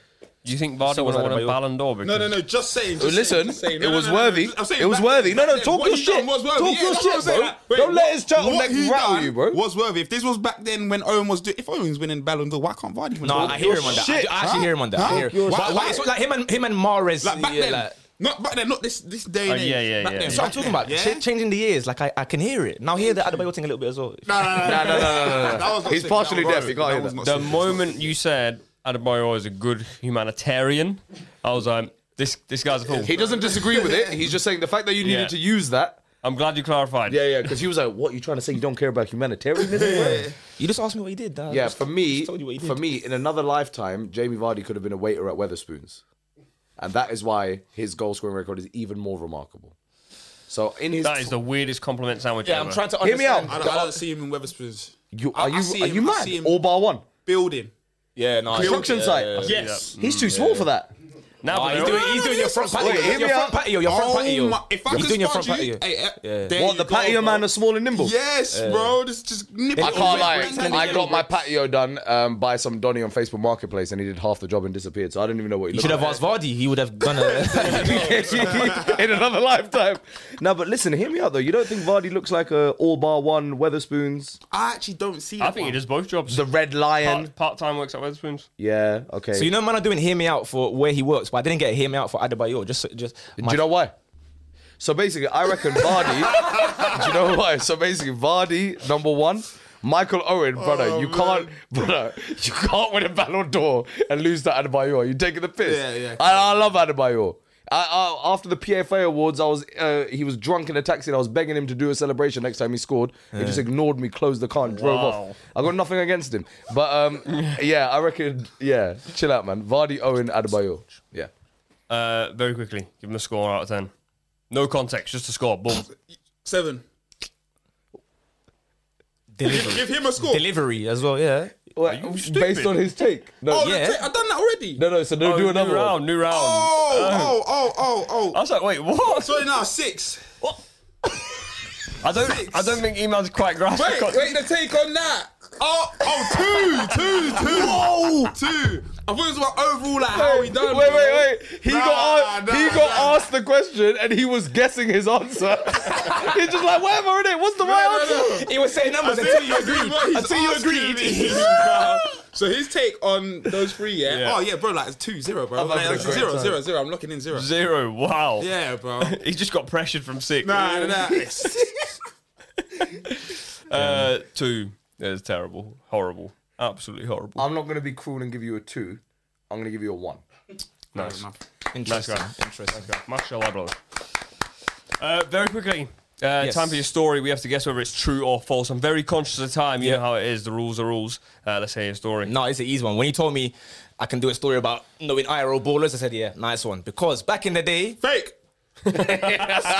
S1: Do you think Vardy
S4: So
S1: would
S4: was
S1: have won a
S4: Adebayor.
S1: Ballon d'Or? Because
S3: no, no, no. Just saying. Just saying,
S2: Listen,
S3: just saying.
S2: it was
S3: no, no, no,
S2: worthy.
S3: just- I'm saying
S2: It was
S3: back-
S2: worthy. No,
S3: back
S2: no,
S3: then,
S2: talk
S3: what
S2: your
S3: he done
S2: shit.
S3: was
S2: Talk
S3: worthy. Yeah,
S2: your
S3: that's what I'm
S2: shit,
S3: saying,
S2: bro.
S3: like, wait,
S2: Don't let his turtle
S3: what
S2: neck
S3: he
S2: rattle
S3: done
S2: you, bro.
S3: Was worthy. If this was back then when Owen was doing, if Owen was winning Ballon d'Or, why can't Vardy win?
S4: No,
S3: Ballon
S4: I
S3: d'Or?
S4: hear him on that. I, I actually
S3: Huh?
S4: hear him on that. I
S3: Huh?
S4: hear
S3: You're
S4: him. Why,
S3: so-
S4: why, it's like him and him and Mares.
S3: Like back
S4: yeah,
S3: then,
S4: like-
S3: not back then, not this this day.
S1: Oh,
S3: and age.
S1: yeah, yeah,
S3: Back
S1: yeah, yeah.
S3: then,
S4: So I'm
S3: back
S4: talking
S3: then,
S4: about
S3: yeah?
S4: ch- changing the years. Like I, I can hear it now. Hear the Adebayo thing a little bit as well.
S3: No,
S2: No,
S3: no,
S2: no, no, no, no, no.
S3: That was not
S2: He's
S3: sick.
S2: partially
S3: That was-
S2: deaf. You can't hear
S3: was
S2: that.
S3: not
S1: The
S3: sick.
S1: moment you said Adebayor is a good humanitarian, I was like, this this guy's a fool.
S2: He doesn't disagree with it. He's just saying the fact that you needed
S1: Yeah.
S2: to use that.
S1: I'm glad you clarified.
S2: Yeah, yeah, because he was like, "What you trying to say? You don't care about humanitarianism?" yeah,
S4: You just asked me what he did. dad. I
S2: yeah.
S4: just-
S2: For me,
S4: just told you what he did.
S2: for me, in another lifetime, Jamie Vardy could have been a waiter at Weatherspoons, and that is why his goal scoring record is even more remarkable. So in his,
S1: That is the weirdest compliment sandwich
S4: yeah,
S1: ever.
S4: I'm trying to
S2: Hear me
S4: understand.
S3: I don't, I don't see him in Weatherspoons.
S2: you,
S3: I-
S2: are
S3: I
S2: you
S3: see
S2: are
S3: him-
S2: you
S3: I
S2: mad?
S3: see him-
S2: All bar one
S3: Building.
S4: Yeah, no.
S2: construction
S4: yeah,
S2: site.
S4: yeah, yeah.
S1: Yes.
S2: He's too small for that.
S1: Now
S4: Oh,
S1: but
S4: he's
S1: they're-
S4: doing, he's doing your front patio.
S2: Wait, hear
S4: your
S2: me
S4: front
S2: out.
S4: patio. Your front
S3: Oh
S4: patio.
S3: my- If I
S4: he's
S3: could
S4: doing your front
S3: spot you,
S4: patio.
S3: hey, eh, there
S2: What
S3: you
S2: the
S3: go,
S2: patio
S3: bro.
S2: man is small and nimble.
S3: Yes, bro. This just nip
S2: I
S3: it off.
S2: can't lie. I got my patio done um, by some Donny on Facebook Marketplace, and he did half the job and disappeared. So I don't even know what he
S4: You should have
S2: looked
S4: asked Vardy. He would have done a.
S2: like. in another lifetime. No, but listen, hear me out though. You don't think Vardy looks like a all bar one Weatherspoons,
S3: I actually don't see.
S1: I
S3: that
S1: think
S3: one.
S1: he does both jobs.
S2: the Red Lion?
S1: Part time works at Weatherspoons.
S2: Yeah, okay.
S4: so you know, man, I'm doing hear me out for where he works, but I didn't get hear me out for Adebayor. Just, just.
S2: Do you know why? So basically, I reckon Vardy. do you know why? So basically, Vardy number one. Michael Owen, brother,
S3: Oh,
S2: you can't, brother, you can't win a Ballon d'Or and lose to Adebayor. You taking the piss?
S3: Yeah, yeah.
S2: I, I love Adebayor. I, I, after the PFA awards, I was uh, he was drunk in a taxi and I was begging him to do a celebration next time he scored. He just ignored me, closed the car, and drove
S1: Wow.
S2: off. I got nothing against him, but um, yeah, I reckon, yeah, chill out, man. Vardy, Owen, Adebayor, yeah.
S1: Uh, very quickly, give him a score out of ten. No context, just a score. Boom.
S3: seven.
S4: delivery,
S3: Give him a score.
S4: delivery as well. Yeah.
S2: Well,
S1: you
S2: based
S1: stupid?
S2: on his take. No,
S3: Oh,
S4: Yeah.
S3: that's it. I've done that already.
S2: no, no. So don't
S1: Oh,
S2: do another
S1: new
S2: one.
S1: round. New round.
S3: Oh, oh, oh, oh,
S1: I
S3: oh.
S1: was like, wait, what?
S3: Sorry, now six.
S1: I don't. I don't think Eman's quite grasping.
S3: Wait, wait, the take on that. Oh, oh, two, two, two. Whoa, two. I thought it was about overall, like how we done.
S2: Wait,
S3: bro.
S2: wait, wait. He
S3: Nah,
S2: got a-
S3: nah,
S2: he got
S3: nah.
S2: asked the question and he was guessing his answer. He's just like, whatever it is, what's the right
S3: no,
S2: answer?
S4: He was saying numbers
S3: Until
S4: until
S3: you
S4: you
S3: agreed.
S4: agreed.
S3: Until
S4: Until
S3: you
S4: you
S3: agreed.
S4: agreed.
S3: So his take on those three, yeah?
S1: Yeah.
S3: Oh yeah, bro, like it's two zero, bro.
S2: having
S3: Like,
S2: a
S3: it's
S2: great
S3: zero,
S2: time.
S3: zero, zero. I'm locking in zero.
S1: Zero. Wow.
S3: Yeah, bro.
S1: He just got pressured from six.
S3: Nah, nah.
S4: Um,
S1: Uh, two. It was terrible. Horrible. Absolutely horrible.
S2: I'm not gonna be cruel and give you a two. I'm gonna give you a one.
S1: nice. Nice
S4: Interesting.
S1: guy. Interesting. Mashallah, brother. Uh, very quickly. Uh,
S4: Yes.
S1: Time for your story. We have to guess whether it's true or false. I'm very conscious of time. You know how it is. The rules are rules. Uh, let's hear your story.
S4: No, it's an easy one. When he told me I can do a story about knowing IRL ballers, I said, yeah, nice one. Because back in the day,
S3: Fake.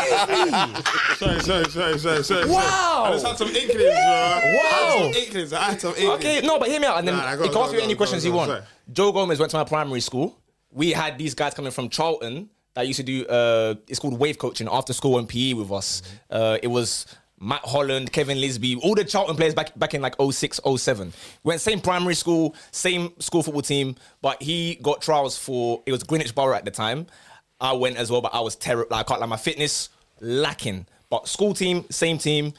S3: sorry, sorry, sorry, sorry, sorry.
S4: Wow.
S3: I just had some inklings, bro. I
S4: Wow.
S3: had some inklings. I had some inklings.
S4: okay, no, but hear me out. And then
S3: Nah, nah, go on,
S4: he can
S3: go
S4: ask
S3: on,
S4: you
S3: go
S4: any
S3: on,
S4: questions
S3: go on,
S4: you
S3: go on,
S4: want. Joe Gomez went to my primary school. We had these guys coming from Charlton that used to do, uh, it's called wave coaching after school and PE with us. Uh, it was Matt Holland, Kevin Lisby, all the Charlton players back back in like 06, 07. Went same primary school, same school football team, but he got trials for, it was Greenwich Borough at the time. I went as well, but I was terrible. I can't, like my fitness lacking. But school team, same team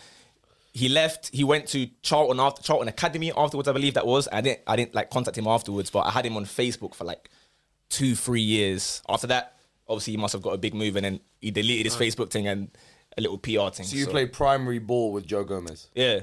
S4: he left. He went to Charlton after Charlton Academy afterwards, I believe that was. I didn't, I didn't like contact him afterwards, but I had him on Facebook for like two, three years. After that, obviously, he must have got a big move, and then he deleted his Facebook thing and a little PR thing.
S2: So you play primary ball with Joe Gomez.
S4: yeah.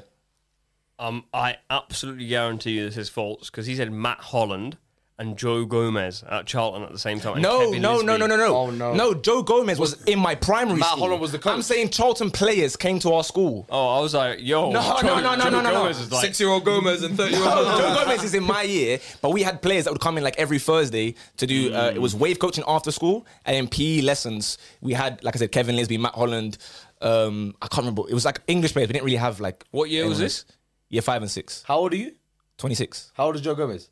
S1: Um, I absolutely guarantee you this is false because he said Matt Holland and Joe Gomez at Charlton at the same time. and
S4: No,
S1: Kevin
S4: no, no,
S1: Lisby.
S4: no, no, no,
S2: Oh, no.
S4: no. Joe Gomez was in my primary.
S2: Matt
S4: school.
S2: Holland was the coach.
S4: I'm saying Charlton players came to our school.
S1: Oh, I was like, yo.
S4: No, no,
S1: Joe-
S4: no, no,
S1: Joe
S4: no, no, no.
S1: Gomez is like,
S2: Six-year-old Gomez and thirty-year-old.
S4: Joe Gomez is in my year, but we had players that would come in like every Thursday to do. Uh, it was wave coaching after school and then PE lessons. We had, like I said, Kevin Lisby, Matt Holland. Um, I can't remember. It was like English players. We didn't really have like.
S1: What year was
S4: anyone
S1: this?
S4: else. Year five and six.
S2: How old are you?
S4: 26.
S2: How old is Joe Gomez?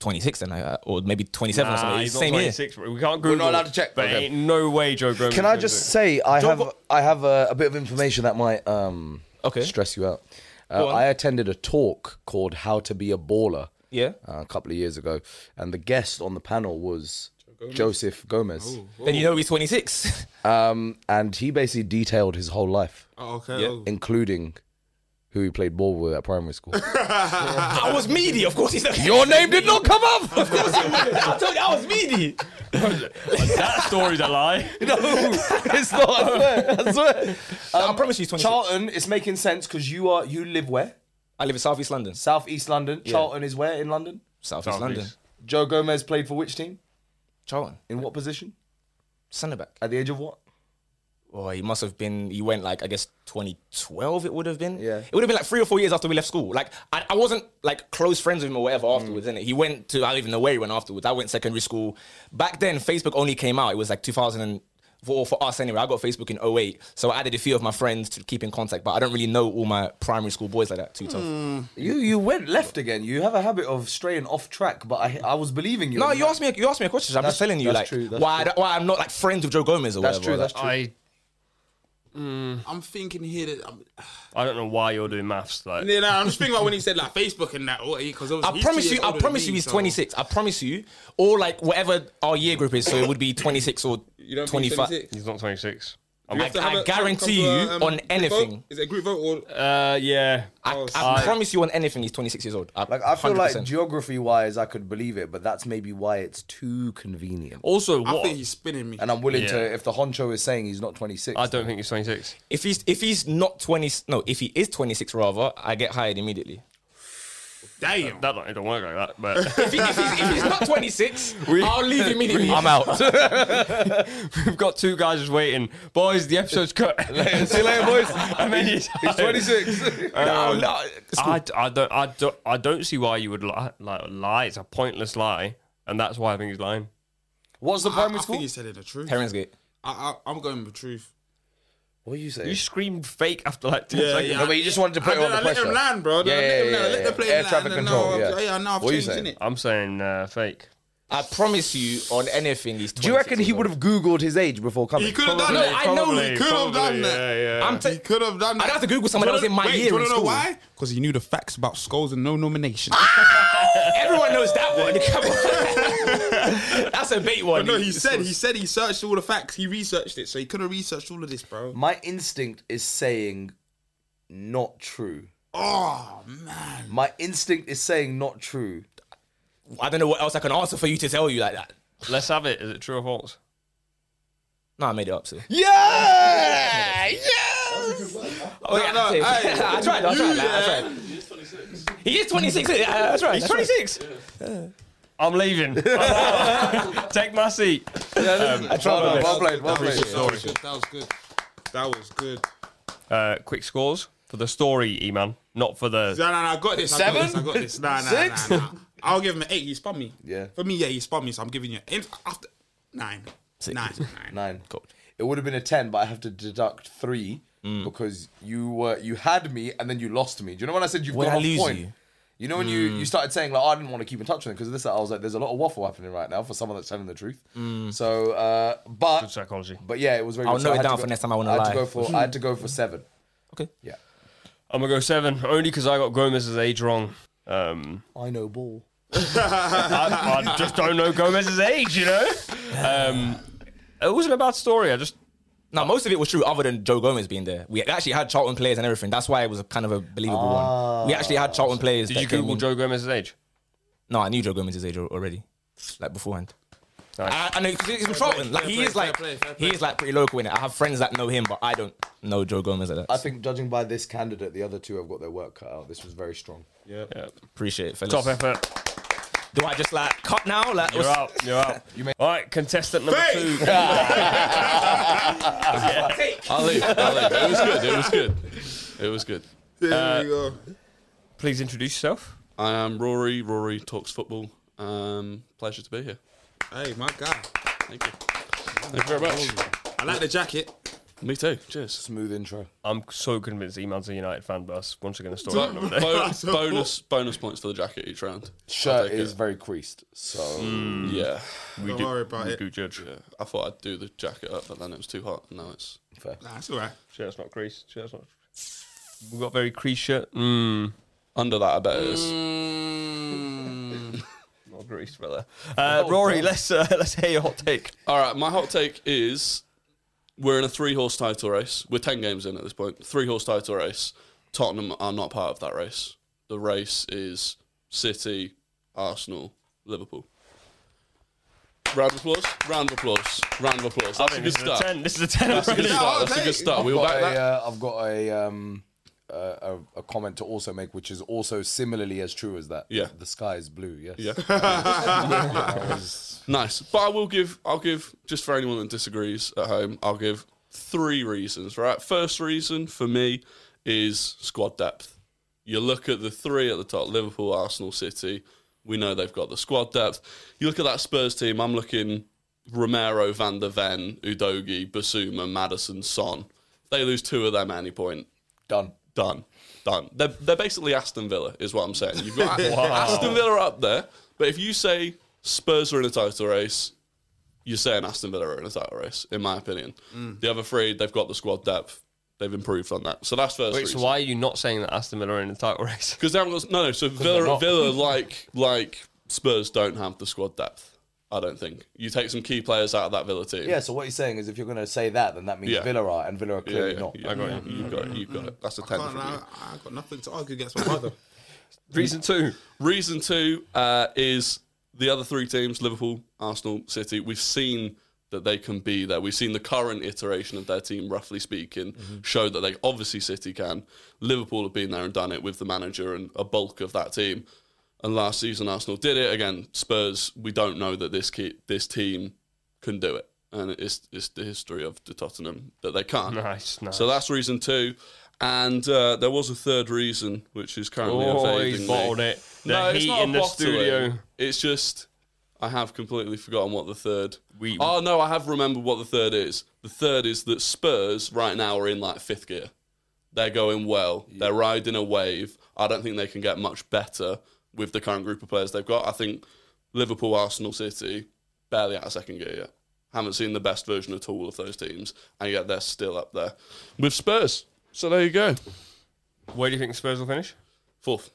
S4: 26 then, uh, or maybe 27 or
S1: Ah,
S4: something.
S1: he's
S4: It's the
S1: not
S4: same year.
S1: 26. We can't Google.
S2: not allowed to check.
S1: But
S2: Okay.
S1: ain't no way Joe Gomez.
S2: Can I
S1: is
S2: just
S1: doing
S2: say I have
S4: Go-
S2: I have a, a bit of information that might um
S4: Okay.
S2: stress you out. Uh,
S4: Go on.
S2: I attended a talk called "How to Be a Baller."
S4: Yeah.
S2: uh, a couple of years ago, and the guest on the panel was Joseph Gomez,
S4: Then you know he's 26.
S2: um, and he basically detailed his whole life,
S3: Oh, okay.
S4: Yeah.
S3: Oh.
S2: including who he played ball with at primary school.
S4: I was meaty, of course. He's not.
S2: Your name did not come up.
S4: I told you I was meaty.
S1: it. That story's a lie.
S2: no, it's not. I swear. I swear.
S4: I promise you, he's 26.
S2: Charlton is making sense because you are you live where?
S4: I live in Southeast London.
S2: Southeast London. Charlton is where in London?
S4: Southeast London.
S2: Joe Gomez played for which team?
S4: Charlton.
S2: In what position?
S4: Centre back.
S2: At the age of what?
S4: oh, he must have been, he went like, I guess 2012 it would have been.
S2: Yeah.
S4: It would have been like three or four years after we left school. Like, I, I wasn't like close friends with him or whatever
S2: Mm.
S4: afterwards, innit? He went to, I don't even know where he went afterwards. I went secondary school. Back then, Facebook only came out. It was like 2000 and, for, for us anyway, I got Facebook in 08. So I added a few of my friends to keep in contact, but I don't really know all my primary school boys like that too tough.
S2: You you went left again. You have a habit of straying off track, but I I was believing you.
S4: No,
S2: And
S4: you asked me. You asked me a question. I'm
S2: That's-
S4: just telling you,
S2: that's
S4: like,
S2: true, that's
S4: why,
S2: true.
S4: I, why I'm not like friends with Joe Gomez or
S2: That's
S4: whatever.
S2: true. That's
S4: like,
S2: true.
S1: I
S3: I'm thinking here that I'm,
S1: I don't know why you're doing maths. Like,
S3: you know, uh, I'm just thinking about when he said like Facebook and that. Because
S4: I promise you. I promise you, he's 26. I promise you, or like whatever our year group is. So it would be 26 or
S3: You don't
S4: 25.
S3: Think 26?
S1: he's not 26. I'm
S3: You
S1: like,
S3: have to
S4: I-
S3: have
S4: I
S3: a-
S4: guarantee
S3: come to
S4: you on
S3: group
S4: anything.
S3: vote? Is it a group vote or
S1: uh, yeah.
S4: I,
S3: Oh,
S4: I
S3: so-
S4: promise you on anything, he's 26 years old. I,
S2: like I feel
S4: 100%.
S2: like geography wise, I could believe it, but that's maybe why it's too convenient.
S1: Also,
S3: I
S1: what?
S3: think he's spinning me.
S2: And I'm willing
S1: Yeah.
S2: to if the honcho is saying he's not 26.
S1: I don't think he's 26.
S4: if he's if he's not 20, no, if he is 26 rather, I get hired immediately.
S3: Damn.
S1: That like, it don't work like that. But
S4: If, he, if, he's, if he's not 26, I'll leave immediately.
S1: I'm out. We've got two guys just waiting. Boys, the episode's cut.
S2: See you later, boys.
S1: and then he's,
S2: He's 26.
S4: No, no, it's cool.
S1: I, d- I don't, I, don't, I don't see why you would li- like, lie. It's a pointless lie. And that's why I think he's lying.
S2: What's the
S3: I, I
S2: primary
S3: think
S2: school?
S3: he's telling the truth. I,
S4: Terrence Gate.
S3: I, I'm going with truth.
S2: What are you saying?
S1: You screamed fake after like 10
S3: Yeah,
S1: seconds.
S3: yeah.
S2: No, but you just wanted to put
S3: I,
S2: it on
S3: I
S2: the
S3: let
S2: pressure.
S3: him land, bro.
S2: Yeah,
S3: I let him
S2: yeah,
S3: land. I
S2: yeah,
S3: let the plane
S2: yeah. Air
S3: land.
S2: traffic
S3: and
S2: control,
S3: now I've-
S2: yeah.
S3: yeah, now I've
S2: What are you
S3: changed,
S2: saying?
S3: innit?
S1: I'm saying uh, fake.
S4: I promise you on anything, he's 26
S2: Do you reckon he
S4: years old.
S2: would have Googled his age before coming?
S3: He could have done
S4: No,
S3: that.
S4: I know he
S3: could have done that.
S1: Yeah, yeah.
S4: I'm ta-
S3: He could have done that.
S4: I'd have to Google someone
S3: Do you
S4: else in my
S3: know- wait,
S4: year
S3: Do you
S4: in
S3: know
S4: school.
S3: why? Because he knew the facts about skulls and no nomination.
S4: Everyone knows that one. Come on. That's a bait one.
S3: But no, he said he said he searched all the facts. He researched it, so he could have researched all of this, bro.
S2: My instinct is saying not true.
S3: Oh man,
S2: My instinct is saying not true.
S4: I don't know what else I can answer for you to tell you like that.
S1: Let's have it. Is it true or false?
S4: No, I made it up, so.
S2: Yeah!
S4: Oh, yeah,
S3: no,
S4: I, tried,
S3: hey,
S4: I tried, I
S3: you,
S4: tried, I
S3: yeah.
S4: tried. He is 26. isn't he? Yeah, That's right.
S1: He's
S4: that's right.
S1: 26. I'm leaving. Take my seat.
S2: I tried well, done, well played, well played.
S3: that was good. That was good. That was good.
S1: Uh, quick scores for the story, E-Man, not for the.
S3: Nah, nah, nah, I got this.
S2: Seven?
S3: I got this. I got this. Nah, nah,
S2: Six?
S3: nah, nah. I'll give him an eight. He spun me.
S2: Yeah.
S3: For me, yeah, he spun me. So I'm giving you in, after nine. Nine. Nine.
S2: Nine. It would have been a ten, but I have to deduct three
S4: Mm.
S2: because you were you had me and then you lost me. Do you know when I said you've
S4: When
S2: got
S4: I
S2: off
S4: lose
S2: point?
S4: you. Mm.
S2: You know when you, you started saying like oh, I didn't want to keep in touch with him because this I was like there's a lot of waffle happening right now for someone that's telling the truth. So, uh, but
S1: Good psychology.
S2: But yeah, it was very.
S4: Mm. I'll
S2: good. So I
S4: note it
S2: had to
S4: down
S2: go-
S4: for next time I wanna
S2: I had
S4: lie.
S2: to go for. I had to go for seven.
S4: Okay.
S2: Yeah.
S1: I'm gonna go seven, only because I got Gomez's age wrong. Um,
S2: I know ball.
S1: I, I just don't know Gomez's age, you know. Um, it wasn't a bad story. I just
S4: No, most of it was true, other than Joe Gomez being there. We actually had Charlton players and everything. That's why it was a kind of a believable one.
S3: Ah.
S4: We actually had Charlton players.
S1: did
S4: that
S1: you
S4: came
S1: Google
S4: in.
S1: Joe Gomez's age?
S4: No, I knew Joe Gomez's age al- already, like beforehand.
S1: Nice.
S4: I, I know 'cause he's from Charlton. Like he
S3: play,
S4: is
S3: fair
S4: like
S3: play, fair
S4: he is like pretty local in it. I have friends that know him, but I don't know Joe Gomez like that.
S2: I
S4: I
S2: think judging by this candidate, the other two have got their work cut out. This was very strong.
S4: appreciate it, fellas.
S1: Top effort.
S4: Do I just like cut now? Like
S1: You're
S4: what's-
S1: out. You're out. All right, contestant number
S3: Fake.
S1: two.
S6: I'll leave. I'll leave. It was good. It was good. It was good.
S3: There we go.
S1: Uh, Please introduce yourself.
S6: I am Rory. Rory talks football. Um, pleasure to be here.
S3: Hey, my guy.
S6: Thank you. Thank you very much.
S3: I like the jacket.
S6: Me too. Cheers.
S2: Smooth intro.
S1: I'm so convinced E-Man's a United fan, but that's once again a story. for another day.
S6: Bo- bonus bonus points for the jacket each round.
S2: Shirt
S6: take
S2: is
S6: it.
S2: very creased, so
S4: Mm.
S6: Yeah.
S1: We
S3: Don't
S1: do,
S3: worry about
S1: we
S3: it.
S1: do judge.
S6: yeah. I thought I'd do the jacket up, but then it was too hot. And now it's
S2: fair.
S3: Nah, it's all right.
S1: Shirt's not creased. Shirt's not. We got very creased shirt. Mm.
S6: under that. I bet it is.
S1: Not greased, brother. Uh, Rory, let's uh, let's hear your hot take.
S6: All right, my hot take is we're in a three horse title race. We're 10 games in at this point. Three horse title race. Tottenham are not part of that race. The race is City, Arsenal, Liverpool. Round of applause. Round of applause. Round of applause. That's a good
S1: this, is a
S6: start.
S1: 10, this is a 10
S6: That's a good
S1: already.
S6: start. That's a
S3: take.
S6: good start. We
S2: I've
S6: all back
S2: got a,
S6: that.
S2: uh, I've got a um uh, a, a comment to also make, which is also similarly as true as that.
S6: Yeah.
S2: The sky is blue. Yes.
S6: Yeah.
S2: That was-
S6: Nice. But I will give, I'll give, just for anyone that disagrees at home, I'll give three reasons, right? First reason for me is squad depth. You look at the three at the top Liverpool, Arsenal, City. We know they've got the squad depth. You look at that Spurs team, I'm looking Romero, Van der Ven, Udogi, Basuma, Madison, Son. They lose two of them at any point
S4: Done.
S6: done, done. They're, they're basically Aston Villa, is what I'm saying. You've got Aston Villa up there, but if you say Spurs are in a title race, you're saying Aston Villa are in a title race, in my opinion. The other three, they've got the squad depth. They've improved on that. So that's first.
S1: Wait, so why are you not saying that Aston Villa are in the title race?
S6: Because they haven't got no, no. So Villa, Villa, like like Spurs, don't have the squad depth. I don't think you take some key players out of that Villa team.
S2: Yeah, so what you're saying is if you're going to say that, then that means
S6: Yeah.
S2: Villa are, and Villa are
S6: yeah,
S2: clearly
S6: yeah,
S2: not.
S6: yeah. I got it. You've got it. You've got it. That's a ten.
S3: Can't
S6: from you.
S3: lie, I got nothing to argue against my brother.
S1: Reason two.
S6: Reason two uh, is the other three teams: Liverpool, Arsenal, City. We've seen that they can be there. We've seen the current iteration of their team, roughly speaking, show that they obviously City can. Liverpool have been there and done it with the manager and a bulk of that team. And last season, Arsenal did it again. Spurs, we don't know that this ki- this team can do it, and it's it's the history of the Tottenham that they can't.
S1: Nice, nice.
S6: So that's reason two. And uh, there was a third reason, which is currently
S1: Oh,
S6: evading
S1: he's
S6: me.
S1: bottled it. The
S6: no,
S1: heat
S6: it's not
S1: in
S6: a
S1: the
S6: bottling.
S1: studio.
S6: It's just I have completely forgotten what the third.
S1: We-
S6: oh no, I have remembered what the third is. The third is that Spurs right now are in like fifth gear. They're going well. They're riding a wave. I don't think they can get much better with the current group of players they've got. I think Liverpool, Arsenal, City barely out of second gear yet. Haven't seen the best version at all of those teams, and yet they're still up there with Spurs. So there you go,
S1: Where do you think Spurs will finish?
S6: fourth.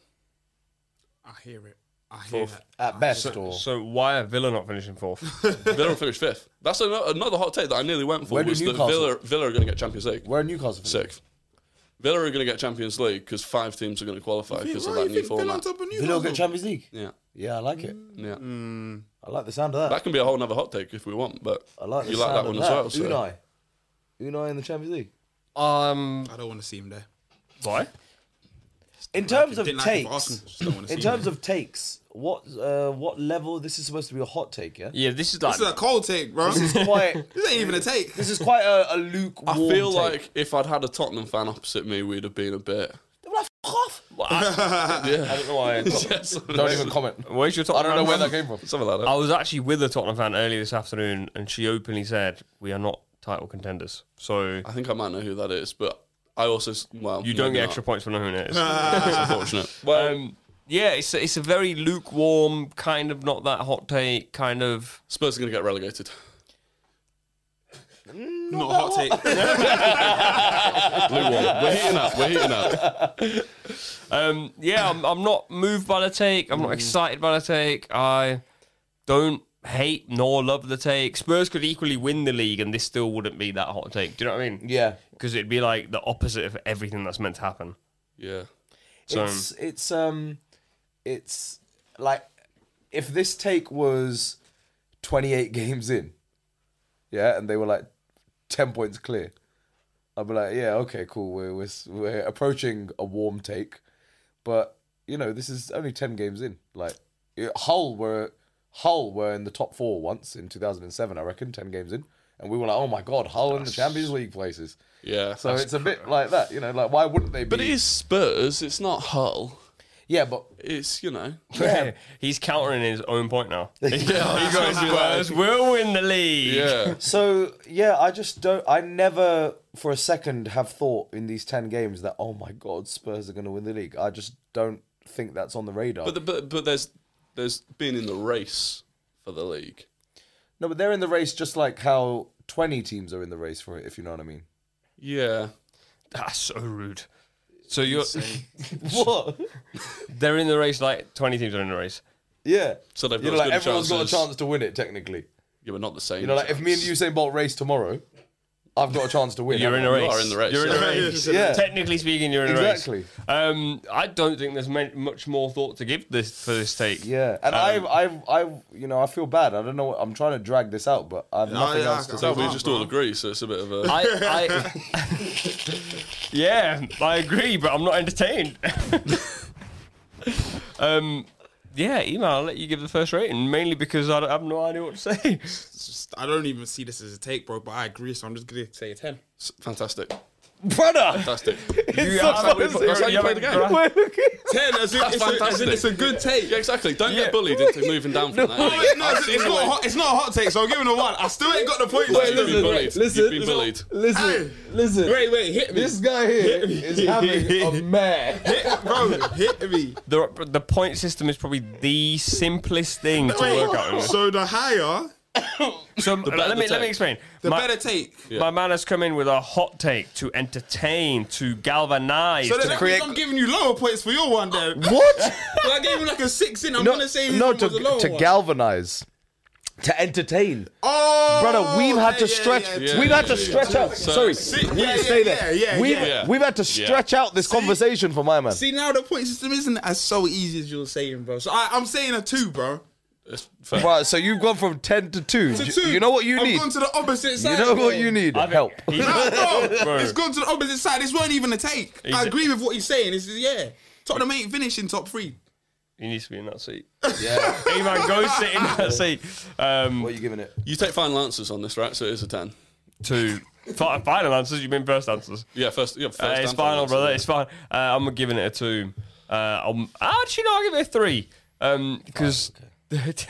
S3: I hear it. I hear it.
S2: At best, or
S1: So why are Villa not finishing fourth?
S6: Villa will finish fifth. That's ano- another hot take that I nearly went for.
S2: Where do
S6: was that
S2: Newcastle-
S6: Villa, Villa are going to get Champions League.
S2: where Newcastle?
S6: Sixth. Villa are going to get Champions League because five teams are going to qualify because of
S3: Right,
S6: that
S3: you
S6: new
S3: think Villa on
S6: format.
S3: top Mm. of
S2: Villa will
S3: Newcastle?
S2: get Champions League.
S6: Yeah,
S2: Yeah, I like it.
S6: yeah.
S2: I like the sound of that.
S6: That can be a whole other hot take if we want, but
S2: I like the
S6: you like
S2: sound
S6: that
S2: of
S6: one
S2: that.
S6: as well. So.
S2: Unai, Unai in the Champions League.
S1: Um,
S3: I don't want to see him there.
S1: why?
S2: In terms
S3: Didn't
S2: of
S3: like him for Arsenal.
S2: takes,
S3: Just don't wanna see
S2: in
S3: him
S2: terms
S3: there.
S2: of takes, what uh, what level? This is supposed to be a hot take, yeah.
S1: Yeah, this is like
S3: this is a cold take, bro.
S2: This
S3: this
S2: is quite
S3: ain't even a take.
S2: this is quite a, a lukewarm.
S6: I feel
S2: take.
S6: like if I'd had a Tottenham fan opposite me, we'd have been a bit.
S1: I don't know why.
S6: Yes,
S4: Don't even comment.
S1: Where's your top?
S4: I don't know where that came from.
S6: something like that.
S1: I was actually with a Tottenham fan earlier this afternoon, and she openly said we are not title contenders. So
S6: I think I might know who that is, but I also s- well,
S1: you don't
S6: maybe
S1: get
S6: not.
S1: extra points for knowing it.
S6: That's unfortunate. Well,
S1: Um, yeah, it's a, it's a very lukewarm kind of not that hot take kind of.
S6: Spurs are going to get relegated.
S3: Not a hot take.
S6: Lukewarm. We're heating up. We're heating up.
S1: Um, yeah, I'm, I'm not moved by the take.
S6: Hmm.
S1: I'm not excited by the take. I don't hate nor love the take. Spurs could equally win the league, and this still wouldn't be that hot take. Do you know what I mean?
S2: yeah.
S1: because it'd be like the opposite of everything that's meant to happen.
S6: Yeah.
S1: So
S2: it's it's um it's like if this take was 28 games in yeah and they were like 10 points clear i'd be like yeah okay cool we're we're, s- we're approaching a warm take but you know this is only 10 games in like it- hull were hull were in the top 4 once in 2007 i reckon 10 games in and we were like oh my god hull in the champions league places
S6: Yeah.
S2: so it's a bit like that you know like why wouldn't they be
S6: But it is Spurs. It's not Hull.
S2: yeah but
S6: It's you know.
S2: yeah,
S1: he's countering his own point now. He
S6: Yeah.
S1: goes, Spurs will win the league.
S6: yeah.
S2: So yeah, I just don't. I never for a second have thought in these ten games that oh my god, Spurs are going to win the league. I just don't think that's on the radar.
S6: But, the, but but there's there's been in the race for the league.
S2: no, but they're in the race just like how twenty teams are in the race for it. If you know what I mean.
S6: Yeah.
S1: That's so rude. So you're
S2: What?
S1: they're in the race like twenty teams are in the race.
S2: yeah.
S6: So they've
S2: you
S6: got
S2: know,
S6: as
S2: like
S6: good a
S2: everyone's got a
S6: chance as-
S2: chance to win it technically.
S6: Yeah, but not the same.
S2: You know, like if me and Usain Bolt race tomorrow, I've got a chance to win.
S1: You're in a
S2: haven't
S1: race.
S6: in the race,
S1: You're in a
S6: yeah.
S1: race.
S2: Yeah.
S1: Technically speaking, you're in a
S2: Exactly.
S1: race. Um, I don't think there's men- much more thought to give this for this take.
S2: I? Yeah, and
S6: Um,
S2: I, I, I, you know, I feel bad. I don't know. what I'm trying to drag this out, but I've nothing
S3: yeah,
S2: else to
S3: I-
S2: say.
S6: So we
S3: Can't,
S6: just
S3: bro.
S6: all agree, so it's a bit of a.
S1: I, I yeah, I agree, but I'm not entertained. um, Yeah, email. I'll let you give the first rating, mainly because I, don't- I have no idea what to say.
S3: It's just- I don't even see this as a take, bro. But I agree, so I'm just gonna say a ten.
S6: S- Fantastic.
S1: Brother!
S6: Fantastic.
S1: It's
S6: that's how we- that's how you play the game.
S3: Ten, as in,
S6: That's
S3: it's, a, as in
S6: fantastic.
S3: it's a good take.
S6: Yeah, exactly. Don't
S1: Yeah.
S6: get bullied into moving down from that.
S3: No, it's not, it's, it's not a hot, it's not a hot take, so I'm giving a one. I still ain't got the point.
S6: You've been bullied. You've been bullied.
S2: Listen, listen.
S3: Wait, wait, hit me,
S2: This guy here is having a mad.
S3: hit, bro, hit me.
S1: The, the point system is probably the simplest thing to work
S3: Wait,
S1: out.
S3: so the higher,
S1: So let me
S6: the
S1: let me
S6: take.
S1: explain.
S3: the
S1: My-
S3: better take.
S1: My man has come in with a hot take to entertain, to galvanize,
S3: So then
S1: to
S3: that
S1: create.
S3: means I'm giving you lower points for your one, there.
S2: What?
S3: Well, I gave him like a six in. I'm
S2: No,
S3: gonna say his
S2: no
S3: one
S2: to,
S3: was a lower
S2: to
S3: one.
S2: galvanize, to entertain.
S3: oh,
S2: Brother, we've had to
S3: yeah, yeah,
S2: stretch.
S3: yeah,
S6: yeah,
S2: we've had to
S6: yeah,
S2: stretch out.
S6: So-
S2: Sorry,
S3: See,
S2: we
S3: yeah,
S2: didn't
S3: yeah,
S2: say
S3: yeah,
S2: that.
S3: yeah,
S2: we've,
S3: yeah.
S2: we've had to stretch out this conversation for my man.
S3: See now the point system isn't as so easy as you're saying, bro. So I, I'm saying a two, bro.
S6: It's fair.
S2: Right, so you've gone from ten to two.
S3: To
S2: You-
S3: two.
S2: You know what you
S3: I've
S2: need.
S3: gone to the opposite side.
S2: You know
S3: bro.
S2: what you need.
S1: I think
S2: Help.
S1: he's-
S3: No, bro,
S1: Bro.
S3: it's gone to the opposite side. This weren't even a take. I
S1: He's-
S3: agree with what he's saying. This is yeah. Tottenham ain't finishing top three.
S1: He needs to be in that seat. Yeah. hey man, go sit in that seat. Um,
S2: What are you giving it?
S6: You take final answers on this, right? So it is a 10.
S1: to fi- final answers, you mean first answers?
S6: Yeah, first. Yeah, first
S1: Uh, it's
S6: and
S1: final,
S6: answer.
S1: brother. It's fine. Uh, I'm giving it a two. Uh, I'm actually no, I'll give it a three. Um, because,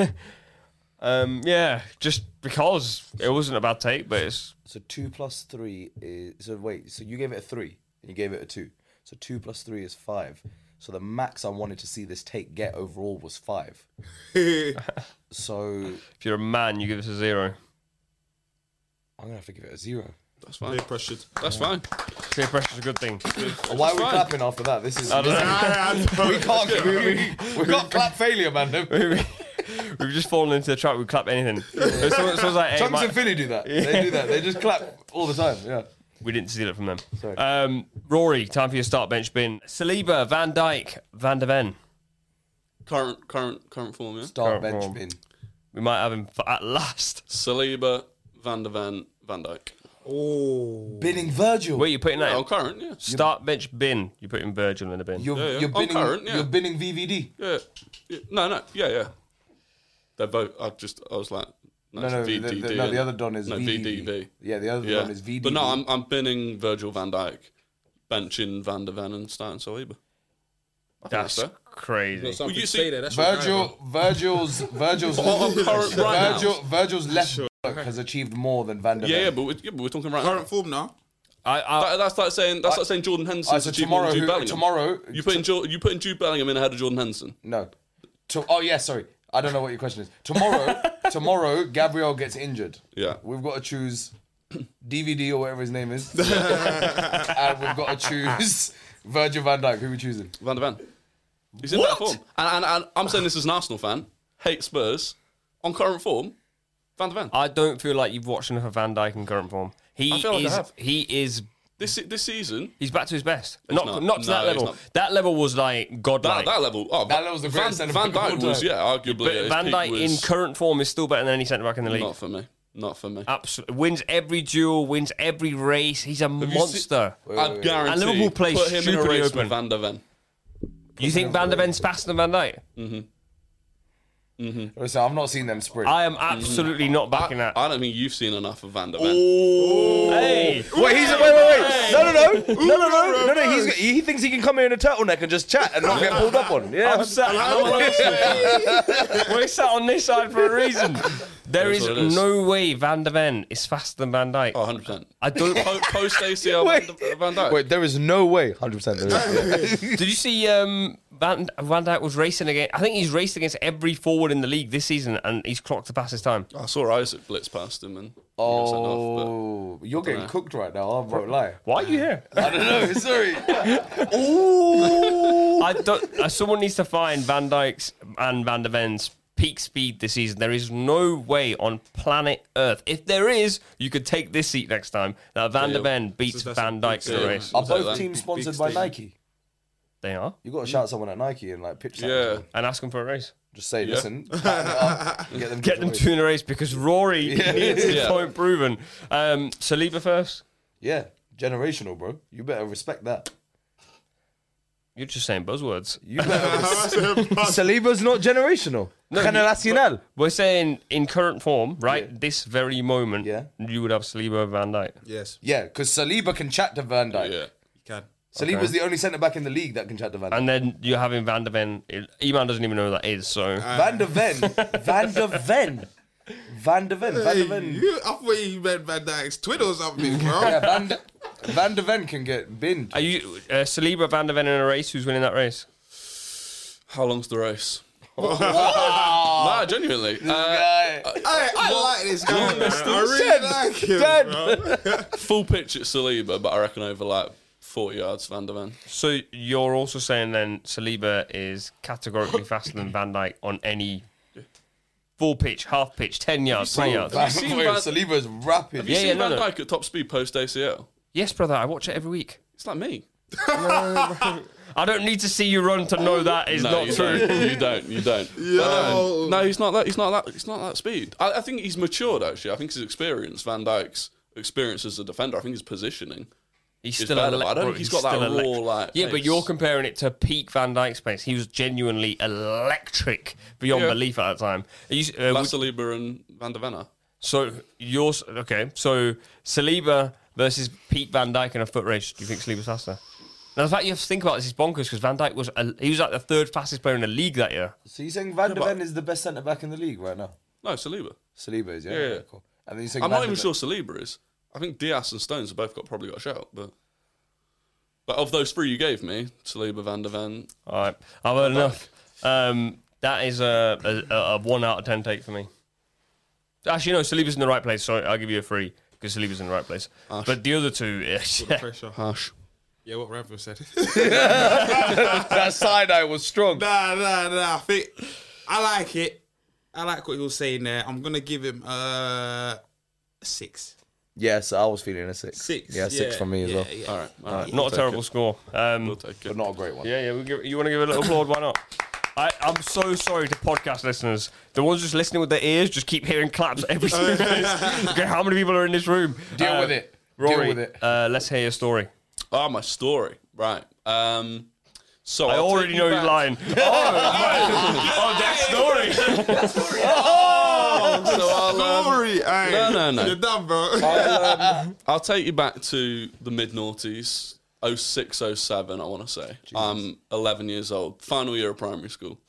S1: um, yeah, just because it wasn't a bad take, but it's
S2: So two plus three is so wait. So you gave it a three and you gave it a two. So two plus three is five. So the max I wanted to see this take get overall was five. so I'm
S1: if you're a man, you give us a zero.
S2: gonna have to give it a zero.
S6: That's fine. That's fine.
S1: Peer pressure's a good thing.
S2: Why are we clapping after that? This is
S1: I don't know.
S2: we can't we, we, we got clap failure, man. Don't-
S1: We've just fallen into the trap. We clap anything. So, someone's like, hey,
S2: Chunks
S1: my-
S2: and Finny do that. They do that. They just clap all the time. Yeah.
S1: we didn't steal it from them.
S2: Sorry.
S1: Um, Rory, time for your start bench bin. Saliba, Van Dyke, Van de Ven.
S6: Current, current, current form. Yeah.
S2: Dark
S1: Can't
S2: bench
S1: form.
S2: bin.
S1: We might have him for at last.
S6: Saliba, Van der Ven, Van Dijk.
S3: Oh,
S2: Binning Virgil.
S1: Where are you putting that?
S6: Oh,
S1: in?
S6: current. Yeah.
S1: Start bench bin. You're putting Virgil in the bin.
S2: You're,
S6: yeah.
S2: you're
S6: Oh,
S2: binning
S6: current, yeah.
S2: you're binning VVD.
S6: Yeah. yeah. No, no. Yeah, yeah. They're both. I just. I was like. No,
S2: No,
S6: it's
S2: no, the,
S6: VDD,
S2: the, no,
S6: isn't
S2: the
S6: it?
S2: other Don is
S6: no,
S2: VDD.
S6: VDV.
S2: Yeah, the other
S6: Yeah.
S2: Don is VDD.
S6: But no, I'm I'm binning Virgil Van Dijk, benching Van der Ven and starting Saliba.
S1: That's
S6: so.
S1: crazy.
S3: something
S6: you
S3: to
S6: see-
S3: say there. That's your guy,
S2: Virgil, Virgil's, Virgil's,
S6: Oh, oh, current right
S2: Virgil,
S6: now.
S2: Virgil's left block has achieved more than Van der
S6: Yeah,
S2: Ven.
S6: yeah, but we're, yeah, but we're talking right
S3: bro.
S6: now.
S3: current form now.
S1: I, I,
S6: That, that's like saying that's like saying Jordan Henson.
S2: Alright, Uh, so tomorrow,
S6: Jude
S2: who-
S6: Bellingham.
S2: tomorrow,
S6: you putting jo- you putting Jude Bellingham in ahead of Jordan Henson.
S2: no. To, oh yeah, sorry. I don't know what your question is. Tomorrow, tomorrow, Gabriel gets injured.
S6: Yeah.
S2: we've got to choose DVD or whatever his name is, and we've got to choose Virgil Van Dijk. Who we choosing?
S6: Van der Ven. He's in better form. And, and, and I'm saying this as an Arsenal fan. Hate Spurs. On current form, Van der Ven.
S1: I don't feel like you've watched enough of Van Dyke in current form. He
S6: feel like I
S1: is.
S6: have.
S1: He is.
S6: This se- this season,
S1: He's back to his best. Not, not,
S6: not.
S1: to
S6: No,
S1: that
S6: he's
S1: level.
S6: not.
S1: That level was like
S6: that,
S1: godlike.
S6: that level. Oh,
S2: That level's the
S6: Van,
S2: greatest
S6: Van
S2: centre back of all
S6: Dijk was
S2: time.
S6: yeah, arguably. at
S1: but
S6: his
S1: Van
S6: peak
S1: Dyke in
S6: was
S1: current form is still better than any centre back in the league.
S6: not for me. Not for
S2: Uh,
S6: me.
S1: Absolutely. Wins every duel, wins every race. He's a
S6: you
S1: monster.
S6: I guarantee.
S1: And Liverpool play
S6: put him in a
S1: stupidly
S6: race
S1: open.
S6: with Van der Ven.
S1: you think Van der Ven's faster than Van Dyke?
S2: Listen, I've not seen them sprint.
S1: I am absolutely not backing that.
S6: I don't think you've seen enough of Van der Ven.
S2: Oh.
S1: hey,
S2: Wait, he's wait, wait, wait. No, no, no, no, no, no, no, no. He's, he thinks he can come here in a turtleneck and just chat and not get pulled up on. Yeah,
S1: I'm sat, we're sat on this side for a reason. There
S6: That's
S1: is
S6: what it is.
S1: no way Van der Ven is faster than Van Dyke.
S6: Oh, 100 percent.
S1: I don't.
S6: Post ACL Van, der- Van Dijk.
S2: Wait, there is no way. Hundred percent.
S1: Did you see um, Van, Van Dyke was racing against? I think he's raced against every forward in the league this season, and he's clocked the past his time.
S6: I saw Isaac blitz past him and he got sent off,
S2: Oh, you're getting cooked right now. I won't lie.
S1: Why are you here?
S2: I don't know. Sorry.
S1: I don't. Uh, someone needs to find Van Dyke's and Van der Ven's peak speed this season. There is no way on planet Earth. If there is, you could take this seat next time. That Van der
S6: Deal.
S1: Ven beats
S3: That's a
S1: Van
S3: big
S1: Dyke in the
S6: deal.
S1: race.
S2: Are
S6: Was that
S2: both
S6: like
S2: teams
S6: big-
S2: sponsored
S3: big
S2: by
S3: statement?
S2: Nike?
S1: They are.
S2: You got to shout someone at Nike and like pitch. that
S6: but-
S2: to them.
S1: And ask them for a race.
S2: Just say,
S6: Yeah.
S2: listen, pattern it up, and get them.
S1: Get them
S2: join.
S1: to in a race because Rory needs his
S6: Yeah.
S1: point proven. Um, Saliba first.
S2: Yeah, generational, bro. You better respect that.
S1: You're just saying buzzwords.
S2: You better Saliba's not generational. Generacional.
S1: We're saying in current form, right? This very moment,
S2: Yeah.
S1: you would have Saliba over Van Dijk.
S3: Yes,
S2: Yeah, because Saliba can chat to Van Dijk.
S6: Yeah.
S3: you can.
S2: Saliba's the only centre back in the league that can chat to Van Dijk.
S1: And then you're having Van de Ven. Iman doesn't even know who that is, so.
S2: Van de Ven. Van de Ven. Van de Ven. Van de
S3: Hey,
S2: Ven.
S3: you, I thought you meant Van Dyke's twin or something, bro.
S2: Yeah, Van de, Van de Ven can get binned.
S1: Are you uh, Saliba, Van de Ven in a race? Who's winning that race?
S6: How long's the race? Nah, genuinely. Uh,
S2: Guy.
S3: Hey, I like this guy. man. I really like him,
S6: uh,
S3: bro.
S6: full pitch at Saliba, but I reckon over like 40 yards, Van der Ven.
S1: So you're also saying then Saliba is categorically faster than Van Dijk on any full pitch, half pitch, ten yards, twenty yards.
S2: Van,
S6: seen
S2: wait,
S6: Van-
S2: Saliba is rapid.
S6: Have you
S1: Yeah,
S6: seen
S1: yeah, no,
S6: Van
S1: no.
S6: Dijk at top speed post ACL?
S1: Yes, brother, I watch it every week.
S6: It's like me.
S1: I don't need to see you run to know that is
S6: no,
S1: not
S6: you
S1: true.
S6: Don't. You don't. You don't. But, um, no, he's not that. He's not that. He's not that speed. I, I think he's matured. Actually, I think his experience, Van Dijk's experience as a defender, I think his positioning.
S1: He's
S6: It's
S1: still
S6: better,
S1: elec-
S6: but I don't
S1: bro,
S6: think he's got
S1: still
S6: that raw,
S1: elec-
S6: like,
S1: Yeah, but
S6: pace.
S1: you're comparing it to peak Van Dijk's pace. He was genuinely electric beyond
S6: Yeah.
S1: belief at that time. Are you, uh, would-
S6: That's Saliba and Van der Ven.
S1: so yours, okay? So Saliba versus Pete Van Dyke in a foot race. Do you think Saliba's faster? Now the fact you have to think about this is bonkers because Van Dyke was a, he was like the third fastest player in the league that year.
S2: So you're saying Van de Ven is the best centre back in the league right now?
S6: No, Saliba.
S2: Saliba is, yeah?
S6: Yeah.
S2: Okay, cool. And then you think
S6: I'm
S2: Van
S6: not
S2: de
S6: even
S2: Ven-
S6: sure Saliba is. I think Diaz and Stones have both got probably got a shout, but but of those three you gave me, Saliba, Van der Ven.
S1: All right, I've heard enough. Um, that is a, a, a one out of ten take for me. Actually, no, Saliba's in the right place. So I'll give you a three because Saliba's in the right place. But the other two, yeah,
S3: Pressure.
S6: Harsh.
S3: Yeah, what Rambo said.
S2: That side eye was strong.
S3: nah, nah, nah. I think I like it. I like what he was saying there. I'm gonna give him uh six.
S2: Yes, I was feeling a six.
S3: Six.
S2: Yeah, six for me as
S3: yeah,
S2: well.
S3: yeah.
S6: All right, all right.
S1: not a terrible score. Um,
S6: We'll take
S2: But
S6: it.
S2: not a great one.
S1: Yeah, yeah. We give, you want to give a little applaud? Why not? I, I'm so sorry to podcast listeners. The ones just listening with their ears just keep hearing claps every single day. okay, how many people are in this room?
S2: Deal
S1: Uh,
S2: with it.
S1: Rory,
S2: Deal with it.
S1: Uh, let's hear your story.
S6: Ah, my story. Right. Um. So
S1: I
S6: I'll take
S1: already
S6: you
S1: know
S6: back-
S1: you're lying. Oh, right. oh, that story.
S6: So I'll, um,
S3: Sorry, aye.
S6: No, no, no.
S3: You're done, bro.
S6: I'll take you back to the oh mid noughties, 06, 07, I want to say. I'm 11 years old, final year of primary school,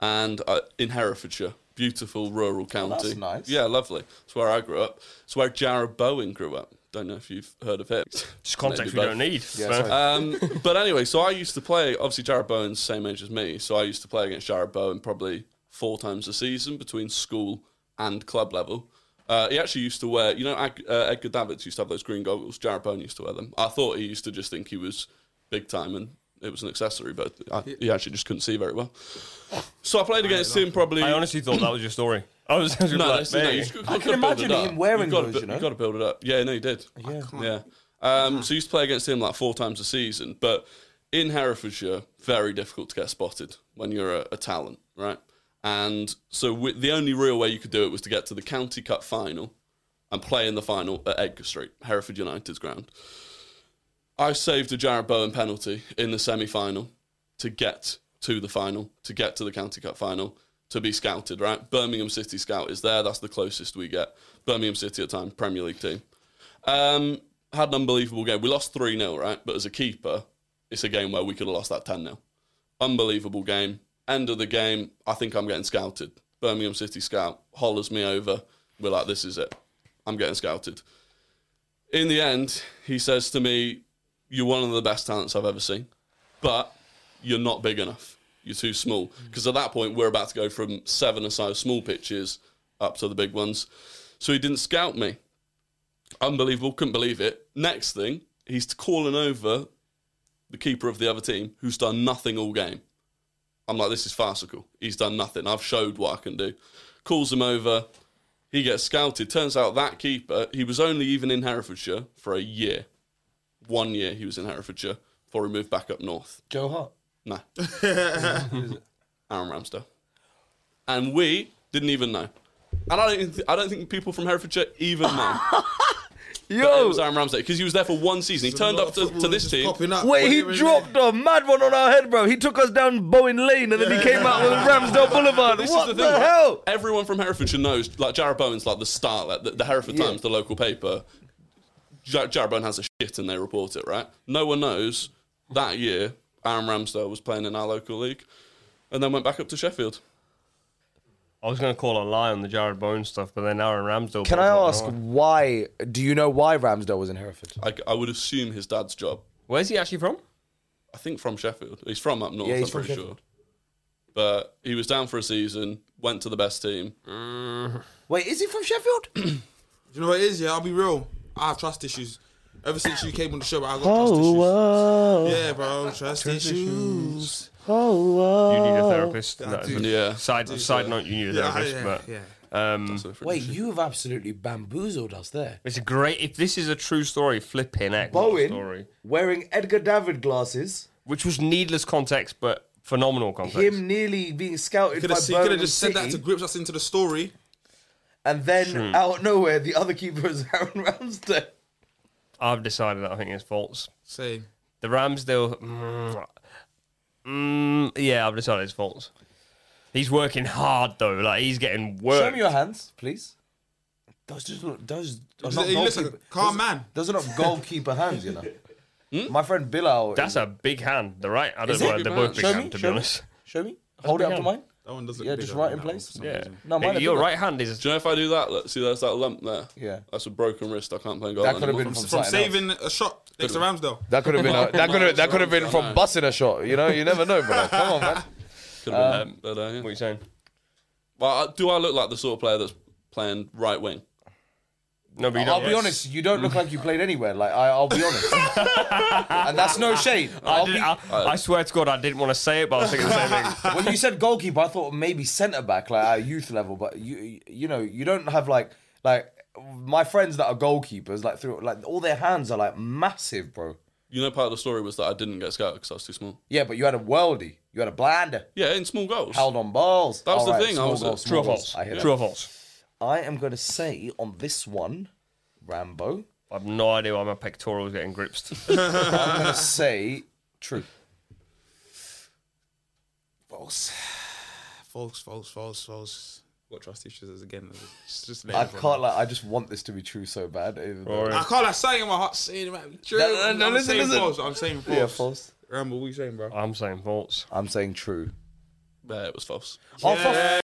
S6: and uh, in Herefordshire, beautiful rural county.
S2: Oh, that's nice.
S6: Yeah, lovely. It's where I grew up. It's where Jared Bowen grew up. Don't know if you've heard of him.
S1: Just context
S6: Maybe
S1: we
S6: both.
S1: don't need.
S2: Yeah, sorry.
S6: Um, but anyway, so I used to play. Obviously, Jared Bowen's the same age as me, so I used to play against Jared Bowen probably four times a season between school and club level. Uh, he actually used to wear, you know, Ag- uh, Edgar Davids used to have those green goggles. Jared Bowen used to wear them. I thought he used to just think he was big time and it was an accessory, but I, he actually just couldn't see very well. So I played against him probably.
S1: I honestly thought that was your story. I was, I was
S6: No,
S1: like,
S6: that's, no,
S1: mate.
S6: you just,
S2: I can imagine him wearing those, you know?
S6: You've got to build it up. Yeah, no, he did. Yeah. Um, so you used to play against him like four times a season, but in Herefordshire, very difficult to get spotted when you're a, a talent, right? And so we, the only real way you could do it was to get to the county cup final and play in the final at Edgar Street, Hereford United's ground. I saved a Jared Bowen penalty in the semi final to get to the final, to get to the County Cup final, to be scouted, right? Birmingham City scout is there. That's the closest we get. Birmingham City at the time, Premier League team. Um, had an unbelievable game. We lost 3 0, right? But as a keeper, it's a game where we could have lost that 10 0. Unbelievable game. End of the game, I think I'm getting scouted. Birmingham City scout hollers me over. We're like, this is it. I'm getting scouted. In the end, he says to me, You're one of the best talents I've ever seen, but you're not big enough. You're too small. Because at that point, we're about to go from seven or so small pitches up to the big ones. So he didn't scout me. Unbelievable. Couldn't believe it. Next thing, he's calling over the keeper of the other team who's done nothing all game. I'm like, this is farcical. He's done nothing. I've showed what I can do. Calls him over. He gets scouted. Turns out that keeper, he was only even in Herefordshire for a year. One year he was in Herefordshire before he moved back up north.
S2: Joe Hart.
S6: No. Aaron Ramsdale. And we didn't even know. And I don't, even th- I don't think people from Herefordshire even know. It
S2: Yo.
S6: was Aaron Ramsdale because he was there for one season. He turned up to, to this team.
S2: Wait, he dropped a mad one on our head, bro. He took us down Bowen Lane and then he came out with Ramsdale Boulevard.
S6: This is
S2: What the,
S6: thing, right?
S2: hell?
S6: Everyone from Herefordshire knows, like Jared Bowen's like the star, like the, the Hereford Times, the local paper. Jar- Jared Bowen has a shit and they report it, right? No one knows that year Aaron Ramsdale was playing in our local league and then went back up to Sheffield.
S1: I was going to call a lie on the Jared Bowen stuff, but then Aaron Ramsdale.
S2: Can I ask why? Do you know why Ramsdale was in Hereford?
S6: I, I would assume his dad's job.
S1: Where's he actually from?
S6: I think from Sheffield. He's from up north,
S2: Yeah, he's
S6: I'm
S2: from
S6: pretty sure.
S2: Sheffield.
S6: But he was down for a season, went to the best team.
S2: Wait, is he from Sheffield?
S3: You know what it is? Yeah, I'll be real. I have trust issues. Ever since you came on the show, I've got trust
S2: Oh,
S3: issues. Yeah, bro, trust, issues.
S1: You need a therapist. No,
S3: dude.
S6: Yeah.
S1: Side side note, you need a
S3: Yeah,
S1: therapist,
S3: yeah,
S1: but
S3: yeah.
S2: Wait, you have absolutely bamboozled us there.
S1: it's a great. If this is a true story, flipping heck, what a
S2: Bowen
S1: story,
S2: wearing Edgar David glasses,
S1: which was needless context, but phenomenal context.
S2: him nearly being scouted
S3: Could
S2: by
S3: have
S2: Birmingham
S3: just
S2: City,
S3: said that to grips us into the story.
S2: and then out of nowhere, the other keeper is Aaron Ramsdale.
S1: I've decided that I think it's false.
S3: Same.
S1: The Ramsdale. Mm, mm, yeah, I've decided it's false. He's working hard though. Like he's getting
S2: Show
S1: work.
S2: me your hands, please. Those just look, those are not
S3: He looks like a
S2: goalkeeper-
S3: calm
S2: those-
S3: man.
S2: Those are not goalkeeper hands, you know. My friend Bilal.
S1: That's
S2: is-
S1: a big hand. The right. I don't
S2: it?
S1: know. They're both big
S2: show me,
S1: hand, to be
S2: show me,
S1: honest.
S2: show me. Hold it up to
S1: hand.
S2: mine.
S3: That one doesn't.
S2: Yeah, just right in place.
S1: Yeah.
S2: No, mine are
S1: your
S2: bigger.
S1: right hand is.
S6: Do you know if I do that? Look, see, there's that lump there.
S2: Yeah.
S6: That's a broken wrist. I can't play goal.
S2: That could have
S6: anymore.
S2: been from,
S3: From
S2: something else.
S3: saving a shot next to Ramsdale.
S2: That could have been. A, that could have. That could have been
S6: No.
S2: from busting a shot. You know. You never know, bro. Come on, man.
S6: Could have been that
S2: um,
S6: there, yeah.
S1: What are you saying?
S6: Well, I- do I look like the sort of player that's playing right wing?
S1: No, but you
S2: I'll
S1: don't.
S2: be honest. You don't look like you played anywhere. Like I, I'll be honest. and that's no shade.
S1: I,
S2: I'll
S1: did,
S2: be,
S1: I, I swear to God, I didn't want to say it, but I was thinking the same thing.
S2: when you said goalkeeper, I thought maybe centre back, like at a youth level. But you, you know, you don't have like like my friends that are goalkeepers, like through like all their hands are like massive, bro.
S6: You know, part of the story was that I didn't get scouted because I was too small.
S2: Yeah, but you had a worldie. You had a blinder.
S6: Yeah, in small goals.
S2: Held on balls.
S6: That was the
S2: Alright,
S6: thing, I
S2: small
S6: was-
S2: goals,
S1: True
S2: small
S1: or false?
S2: goals. I hear
S1: True
S2: that.
S1: or false?
S2: I am going to say on this one, Rambo.
S1: I've no idea why my pectoral's getting gripped.
S2: I'm going to say true.
S3: False. False. False. False. False. What trust issues is again? Just, just let
S2: I
S3: it run.
S2: can't like. I just want this to be true so bad. even though-
S1: Rory.
S3: I can't like saying in my heart saying it might be true.
S2: No, no, no,
S3: I'm
S2: listen,
S3: saying
S2: listen.
S3: false. I'm saying false.
S2: Yeah, false.
S3: Rambo, what are you saying, bro?
S1: I'm saying false.
S2: I'm saying true.
S6: Yeah, it was false.
S2: Oh, for f-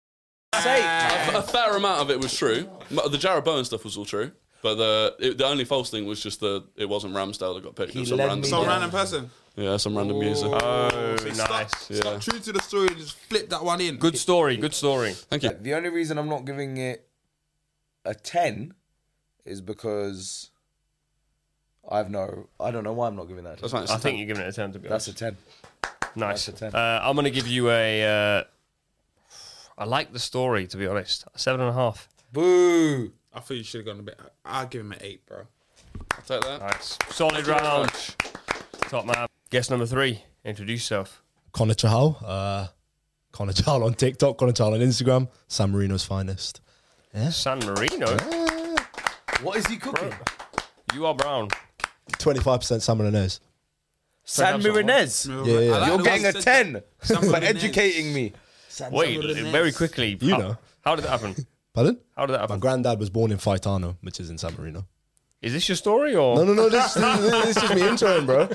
S2: sake.
S6: A fair amount of it was true. M- The Jared Bowen stuff was all true. But the it, the only false thing was just the it wasn't Ramsdale that got picked. It was some
S2: led
S6: random,
S2: me
S3: Some
S2: Yeah.
S3: random person.
S6: yeah, some random user.
S1: Oh,
S3: So he stuck-
S1: nice.
S6: Yeah.
S3: stuck True to the story, and just flip that one in.
S1: Good story. Good story.
S6: Thank you.
S2: The only reason I'm not giving it a 10 is because I've no. I don't know why I'm not giving that. A 10.
S6: That's fine. It's
S1: I
S6: a ten.
S1: think you're giving it a ten to be
S2: That's
S1: honest.
S2: a 10.
S1: nice.
S2: that's a 10.
S1: Uh, I'm going to give you a. Uh, I like the story to be honest. Seven and a half.
S2: Boo.
S3: I thought you should have gone a bit. I'll give him an eight, bro.
S6: I'll take that.
S1: Nice. Solid round. Top man. Guess number three. Introduce yourself.
S7: Connor Chahal. Uh, Connor Chahal on TikTok, Connor Chahal on Instagram, San Marino's finest.
S1: San Marino.
S2: What is he cooking?
S1: You are brown.
S7: 25% San Marino's.
S2: San Mirinez.
S7: yeah, yeah.
S3: I like
S2: You're
S3: the
S2: getting
S3: way
S2: a
S3: you said
S2: 10
S3: San
S2: for
S3: Marino.
S2: educating me.
S1: Wait, very quickly.
S7: You
S1: how,
S7: know.
S1: How did that happen?
S7: Pardon?
S1: How did that
S7: My
S1: happen?
S7: granddad was born in Faitano, which is in San Marino.
S1: Is this your story or?
S7: No, no, no, this, this is just me introing, bro.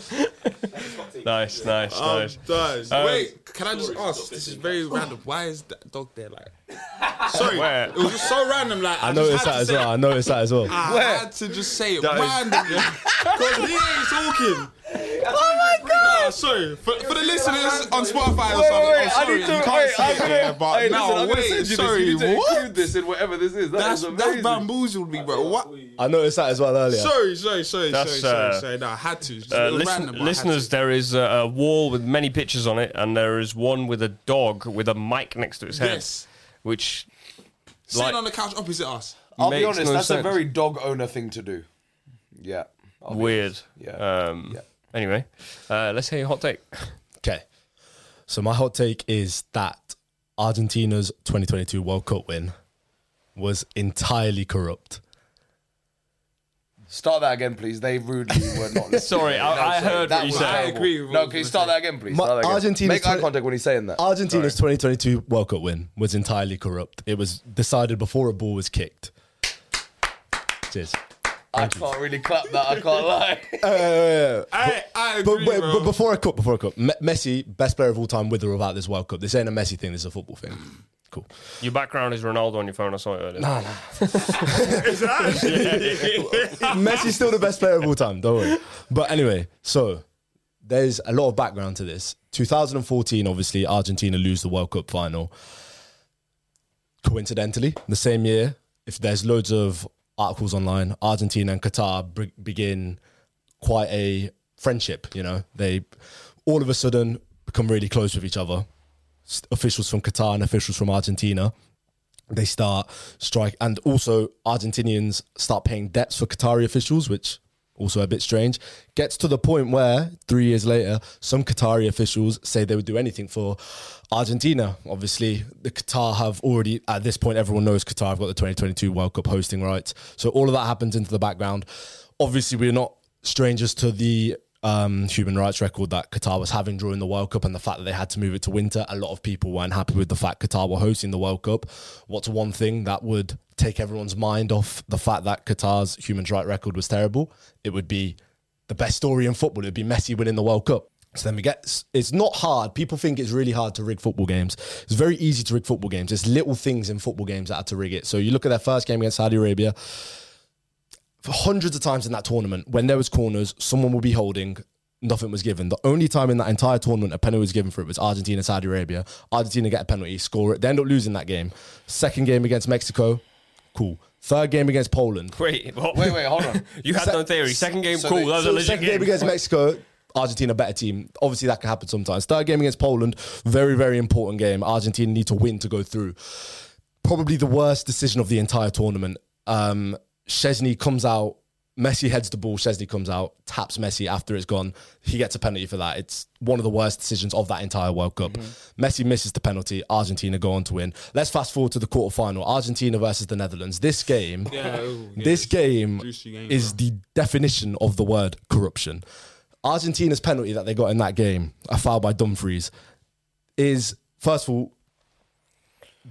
S1: Nice, nice,
S3: that.
S1: nice. Uh,
S3: Um, does. Wait, can I just ask? This is very random. Why is that dog there? Like, sorry,
S1: Where?
S3: it was just so random. Like, I,
S7: I
S3: just
S7: noticed
S3: had
S7: that
S3: to
S7: Ah. as
S3: say
S7: well. I noticed that as well.
S3: it. I
S2: Where?
S3: had to just say it
S1: That is-
S3: randomly because he ain't talking.
S2: Oh my god!
S3: Nah, sorry for, for the listeners on Spotify.
S2: Wait,
S3: or something,
S2: wait, wait,
S3: I'm
S2: I
S3: sorry,
S2: need to.
S3: you can't
S2: wait,
S3: say
S2: I'm
S3: it
S2: gonna,
S3: here, but
S2: hey,
S3: now
S2: listen, I'm gonna
S3: wait,
S2: send you
S3: sorry,
S2: this. You need to
S3: what?
S2: include this in whatever this is. That
S3: That's
S2: is
S3: that's
S2: amazing.
S3: bamboozled me, bro. What?
S7: I noticed that as well earlier.
S3: Sorry, sorry, sorry, sorry,
S1: That's,
S3: sorry,
S1: uh,
S3: sorry. No, I had to. Just,
S1: Uh,
S3: it was
S1: listen-
S3: random, but I had to.
S1: listeners, there is a, a wall with many pictures on it, and there is one with a dog with a mic next to its head,
S3: Yes.
S1: which
S3: sitting
S1: like-
S3: on the couch opposite us.
S2: I'll
S1: Makes
S2: be honest,
S1: no
S2: that's
S1: sense.
S2: a very dog owner thing to do. Yeah. I'll be-
S1: weird.
S2: Oh, Yeah.
S1: Um,
S2: Yeah.
S1: Anyway, uh, let's hear your hot take.
S7: Okay. So my hot take is that Argentina's 2022 World Cup win was entirely corrupt.
S2: Start that again, please. They rudely were not listening.
S1: Sorry, I-
S2: No,
S1: I heard
S2: that
S1: what you
S2: was
S1: said. I
S2: terrible.
S3: agree with what
S2: No,
S3: you
S2: can you
S3: were
S2: start that again, please?
S7: Ma-
S2: Start that again.
S7: Argentina's
S2: Make eye
S7: twenty-
S2: contact when he's saying that.
S7: Argentina's 2022 World Cup win was entirely corrupt. It was decided before a ball was kicked. Cheers.
S2: I can't really clap that. I can't lie.
S3: I, I
S7: But,
S3: agree,
S7: wait,
S3: bro.
S7: but before I cut, before I cut, Me- Messi, best player of all time, with or without this World Cup. This ain't a Messi thing. This is a football thing. Cool.
S1: Your background is Ronaldo on your phone. I saw it earlier.
S7: Messi's still the best player of all time. Don't worry. But anyway, so there's a lot of background to this. 2014, obviously, Argentina lose the World Cup final. Coincidentally, the same year, if there's loads of articles online, Argentina and Qatar br- begin quite a friendship. You know, they all of a sudden become really close with each other. S- Officials from Qatar and officials from Argentina they start strike and also argentinians start paying debts for qatari officials which also a bit strange gets to the point where three years later some qatari officials say they would do anything for argentina obviously the qatar have already at this point everyone knows qatar have got the 2022 world cup hosting rights so all of that happens into the background obviously we're not strangers to the um, human rights record that Qatar was having during the World Cup and the fact that they had to move it to winter. A lot of people weren't happy with the fact Qatar were hosting the World Cup. What's one thing that would take everyone's mind off the fact that Qatar's human rights record was terrible? It would be the best story in football. It'd be Messi winning the World Cup. So then we get it's not hard. People think it's really hard to rig football games. It's very easy to rig football games. It's little things in football games that are to rig it. So you look at their first game against Saudi Arabia, for hundreds of times in that tournament, when there was corners, someone would be holding, nothing was given. The only time in that entire tournament a penalty was given for it was Argentina, Saudi Arabia. Argentina get a penalty, score it. They end up losing that game. Second game against Mexico, cool. Third game against Poland.
S1: Wait, what?
S2: Wait, wait, hold on.
S1: You had no theory. Second game,
S2: so
S1: cool.
S2: they-
S1: that was a
S2: so
S1: legit
S7: Second game
S1: game.
S7: against Mexico, Argentina better team. Obviously, that can happen sometimes. Third game against Poland, very very important game. Argentina need to win to go through. Probably the worst decision of the entire tournament. Um, Chesney comes out. Messi heads the ball. Chesney comes out, taps Messi after it's gone. He gets a penalty for that. It's one of the worst decisions of that entire World Cup.
S1: Mm-hmm.
S7: Messi misses the penalty. Argentina go on to win. Let's fast forward to the quarterfinal Argentina versus the Netherlands. This game,
S3: Yeah, ooh, yeah,
S7: this game
S3: juicy game,
S7: is the definition of the word corruption. Argentina's penalty that they got in that game, a foul by Dumfries, is first of all,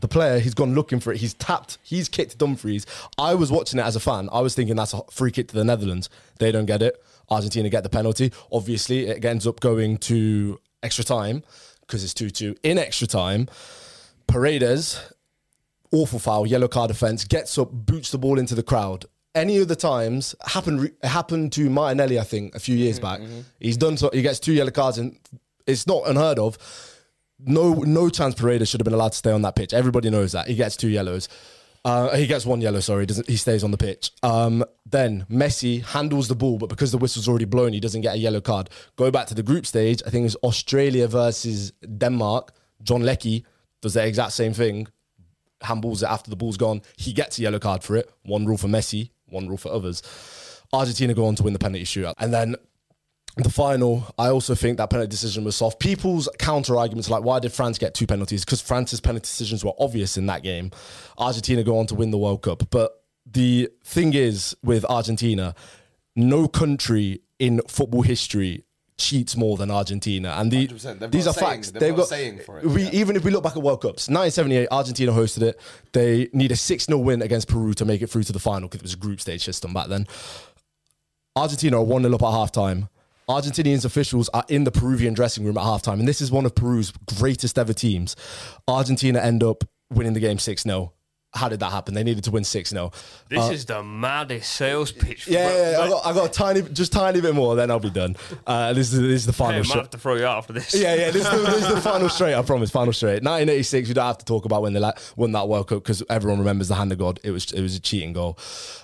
S7: the player he's gone looking for it. He's tapped. He's kicked Dumfries. I was watching it as a fan. I was thinking that's a free kick to the Netherlands. They don't get it. Argentina get the penalty. Obviously, it ends up going to extra time because it's two-two in extra time. Paredes awful foul, yellow card offence, gets up, boots the ball into the crowd. Any of the times happened re- happened to Martinelli, I think, a few years back. He's done so. He gets two yellow cards, and it's not unheard of. No, no chance. Paredes should have been allowed to stay on that pitch. Everybody knows that. He gets two yellows. Uh, he gets one yellow. Sorry, doesn't he stays on the pitch? Um, then Messi handles the ball, but because the whistle's already blown, he doesn't get a yellow card. Go back to the group stage. I think it's Australia versus Denmark. John Leckie does the exact same thing handballs it after the ball's gone. He gets a yellow card for it. One rule for Messi, one rule for others. Argentina go on to win the penalty shootout. And then the final, I also think that penalty decision was soft. People's counter arguments like, why did France get two penalties? Because France's penalty decisions were obvious in that game. Argentina go on to win the World Cup. But the thing is with Argentina, no country in football history cheats more than Argentina. And the,
S2: 100%. They've
S7: these
S2: got
S7: are
S2: a saying.
S7: facts.
S2: They've got a saying for it.
S7: We, even if we look back at World Cups, 1978, Argentina hosted it. They need a 6 0 win against Peru to make it through to the final because it was a group stage system back then. Argentina are 1 0 up at halftime. Argentinians officials are in the Peruvian dressing room at halftime, and this is one of Peru's greatest ever teams. Argentina end up winning the game 6 0. How did that happen? They needed to win 6 0.
S1: This is the maddest sales pitch.
S7: Yeah,
S1: bro.
S7: yeah, yeah, I, got, I got a tiny, just tiny bit more, then I'll be done. Uh, this, is, this is the
S1: Hey, I
S7: final
S1: might
S7: shot.
S1: have to throw you out after this.
S7: Yeah, yeah. This is, the, this is the final straight. I promise. Final straight. 1986. We don't have to talk about when they like, won that World Cup because everyone remembers the hand of God. It was it was a cheating goal.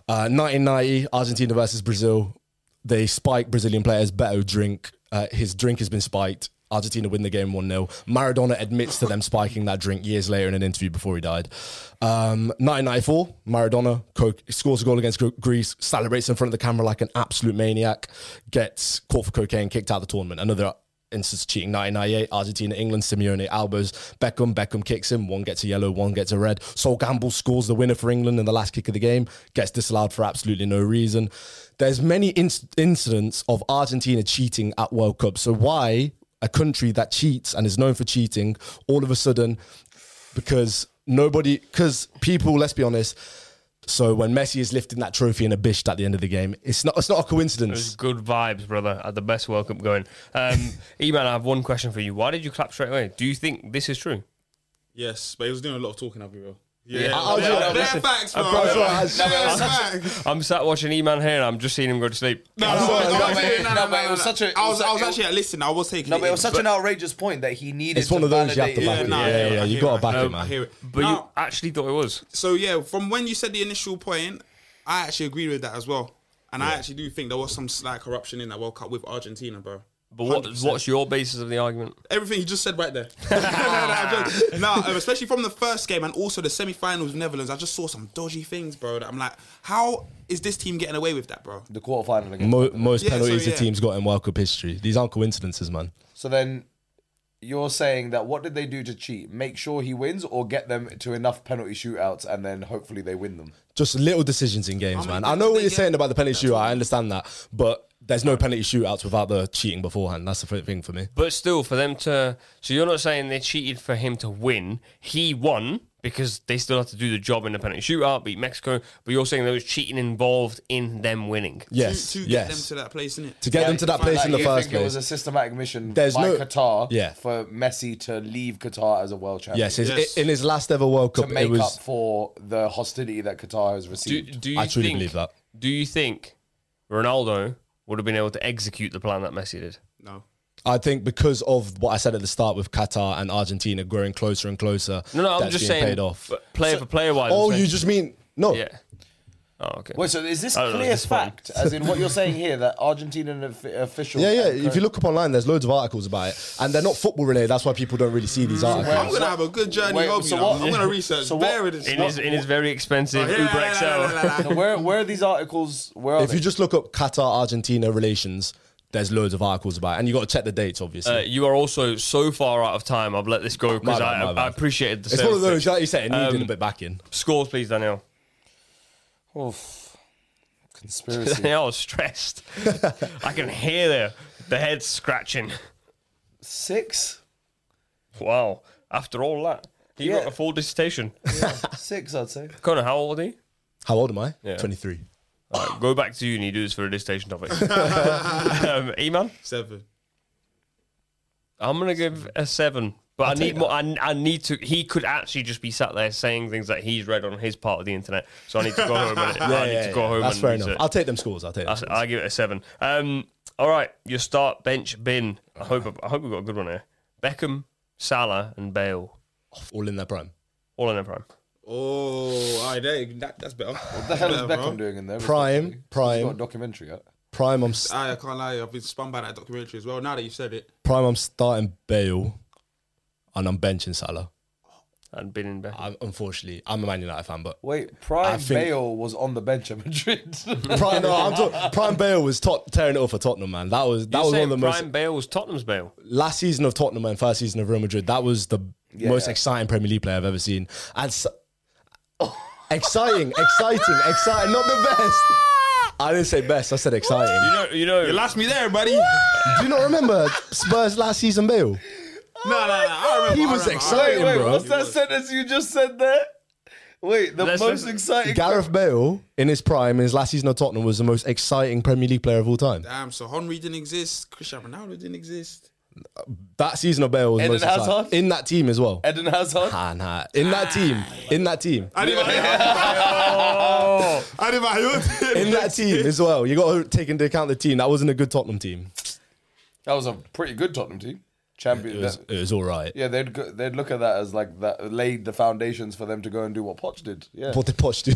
S7: Uh, 1990. Argentina versus Brazil. They spike Brazilian players. Beto drink. Uh, his drink has been spiked. Argentina win the game 1 0. Maradona admits to them spiking that drink years later in an interview before he died. Um, 1994, Maradona co- scores a goal against Gr- Greece, celebrates in front of the camera like an absolute maniac, gets caught for cocaine, kicked out of the tournament. Another instance cheating 1998, Argentina, England, Simeone, Albers, Beckham, Beckham kicks him, one gets a yellow, one gets a red. Sol Gamble scores the winner for England in the last kick of the game, gets disallowed for absolutely no reason. There's many inc- incidents of Argentina cheating at World Cup. So why a country that cheats and is known for cheating all of a sudden because nobody because people let's be honest so when Messi is lifting that trophy in a bish at the end of the game, it's not it's not a coincidence.
S1: It's good vibes, brother. At the best World Cup going. Um, Eman, I have one question for you. Why did you clap straight away? Do you think this is true?
S3: Yes, but he was doing a lot of talking, I'll be real. Yeah,
S7: I- I was-
S3: they're,
S7: I-
S3: they're
S7: listen,
S3: facts,
S7: I
S3: bro.
S7: brought-
S3: They're
S7: I-
S3: facts.
S1: I'm sat watching Eman here, and I'm just seeing him go to sleep.
S3: No, no,
S2: sorry,
S3: no,
S2: no,
S3: no,
S2: but it- no,
S3: no, no,
S2: but it
S3: no,
S2: was
S3: no.
S2: such a-
S3: I was,
S2: it
S3: I was
S2: was-
S3: actually listening. I was taking.
S2: No, but it
S3: in,
S2: was such an outrageous point that he needed.
S7: It's one
S2: to
S7: of those you have to
S2: validate
S7: back
S2: it.
S7: it.
S3: nah,
S7: Yeah,
S3: I
S7: yeah, you
S3: hear
S7: gotta
S3: it,
S7: back
S3: I
S7: it,
S3: hear
S7: man.
S3: I hear it.
S1: But you
S3: Now-
S1: actually thought it was.
S3: So yeah, from when you said the initial point, I actually agree with that as well, and I actually do think there was some slight corruption in that World Cup with Argentina, bro.
S1: But what,
S3: 100%.
S1: what's your basis of the argument?
S3: Everything you just said right there. no, no, I'm joking. No, um, especially from the first game and also the semi-finals with Netherlands, I just saw some dodgy things, bro. That I'm like, how is this team getting away with that, bro?
S2: The quarterfinal again.
S7: Mo- most
S3: Yeah, so,
S7: penalties the
S3: yeah.
S7: team's got in World Cup history. These aren't coincidences, man.
S2: So then you're saying that what did they do to cheat? Make sure he wins or get them to enough penalty shootouts and then hopefully they win them.
S7: Just little decisions in games,
S3: How many
S7: man. I
S3: did
S7: know what
S3: they
S7: you're
S3: get?
S7: saying about the penalty shootout. I understand that, but there's no penalty shootouts without the cheating beforehand. That's the f- thing for me.
S1: But still, for them to. So you're not saying they cheated for him to win. He won because they still had to do the job in the penalty shootout, beat Mexico. But you're saying there was cheating involved in them winning.
S7: Yes,
S3: to, to
S7: yes.
S3: get them to that place, innot it?
S7: To get them to that place
S2: Like,
S7: in the
S2: you
S7: first
S2: think it was
S7: place.
S2: a systematic mission
S7: There's
S2: by
S7: no-
S2: Qatar
S7: Yeah.
S2: for Messi to leave Qatar as a world champion.
S7: yes, his,
S3: Yes.
S7: in his last ever World
S2: To
S7: Cup,
S2: make
S7: it was.
S2: up for the hostility that Qatar has
S1: Do,
S2: received.
S1: do you
S7: I truly
S1: think,
S7: believe that.
S1: Do you think Ronaldo would have been able to execute the plan that Messi did?
S3: No.
S7: I think because of what I said at the start with Qatar and Argentina growing closer and closer.
S1: No, no, I'm
S7: that's
S1: just
S7: being
S1: saying.
S7: paid off.
S1: but Player for player wise.
S7: Oh, you just mean no?
S1: Yeah. Oh, okay.
S2: Wait, so is this
S1: I don't know,
S2: clear
S1: this is fine.
S2: fact? As in what you're saying here, that Argentinian of- officials.
S7: Yeah, yeah.
S2: and
S7: If you look up online, there's loads of articles about it, and they're not football related. That's why people don't really see these
S3: I'm
S7: articles.
S3: gonna have a good journey
S2: Wait,
S3: home.
S2: so
S3: you know.
S2: what-
S3: I'm gonna research.
S2: So
S3: So
S2: what-
S3: Bear with this.
S1: in his in his very
S3: Oh,
S1: expensive
S3: yeah,
S1: Uber
S3: la, la, la, la,
S1: XL.
S3: la, la.
S2: Co- where where are these articles? Where are
S7: If
S2: they?
S7: you just look up Qatar Argentina relations, there's loads of articles about it, and you got to check the dates, obviously.
S1: Uh, you are also so far out of time. I've let this go
S7: My
S1: because
S7: bad,
S1: I,
S7: my
S1: I,
S7: bad.
S1: appreciated the
S7: it's one of
S1: sales
S7: those
S1: pitch.
S7: like you said, it needed
S1: Um,
S7: a bit back in.
S1: Scores, please, Daniel.
S2: Oof. Conspiracy.
S1: Daniel is stressed. I can hear the the head scratching.
S2: Six?
S1: Wow. After all that, he
S2: Yeah.
S1: wrote a full dissertation.
S2: Six, I'd say.
S1: Connor, how old are you?
S7: How old am I? 23.
S1: Alright, go back to uni. Do this for a dissertation topic. um, Eman,
S3: Seven.
S1: I'm gonna give a seven, but i need more. I, I need to. He could actually just be sat there saying things that he's read on his part of the internet. So I need to go home. And, I need to go home.
S7: That's
S1: and
S7: fair
S1: research.
S7: enough. I'll take them scores. I'll take them.
S1: I, I give it a seven. Um, all right, your start bench bin. I hope I hope we've got a good one here. Beckham, Salah, and Bale,
S7: scores. All in their prime.
S1: all in their prime.
S3: Oh, all right, there, that, that's better. What
S2: The hell is Beckham doing in there?
S7: Prime,
S2: He's got a
S7: prime,
S2: documentary out.
S7: prime. I'm s-
S3: I can't lie, I've been spun by that documentary as well. Now that you said it,
S7: prime. I'm starting Bale, and I'm benching Salah.
S1: And bin in Beckham.
S7: I'm, unfortunately, I'm a Man United fan, but
S2: Wait, Prime
S7: I think-
S2: Bale was on the bench at Madrid.
S7: Prime, no, I'm talking, Prime Bale was top, tearing it off for Tottenham, man. That was that
S1: You're
S7: was one
S1: saying
S7: of the
S1: prime
S7: most
S1: Bale was Tottenham's Bale.
S7: last season of Tottenham and first season of Real Madrid. That was the most exciting Premier League player I've ever seen. And s exciting, exciting, exciting. Not the best. I didn't say best. I said
S1: You
S7: exciting.
S1: know, you know.
S3: you lost me there, buddy.
S7: Do you not remember Spurs last season, Bale?
S3: No, no, no. I remember.
S7: He
S3: I
S7: was
S3: remember, I
S7: exciting,
S2: wait,
S7: bro.
S2: what's that sentence you just said there? Wait, the
S1: Let's-
S2: most
S1: let's-
S2: exciting.
S7: Gareth Bale in his prime, in his last season of Tottenham, was the most exciting Premier League player of all time.
S3: Damn, so Henry didn't exist. Cristiano Ronaldo didn't exist.
S7: That season of Bale was the
S2: Eden
S7: most exciting.
S2: Hazard?
S7: in that team as well.
S2: Eden Hazard.
S7: Ah, nah. In that team, in that team.
S3: I didn't. I didn't. I
S7: in that team as well. You got to take into account the team. That wasn't a good Tottenham team.
S2: That was a pretty good Tottenham team. Champion.
S7: It was,
S2: that-
S7: it was all right.
S2: yeah, they'd go, they'd look at that as like that laid the foundations for them to go and do what Poch did. Yeah.
S7: What did Poch do?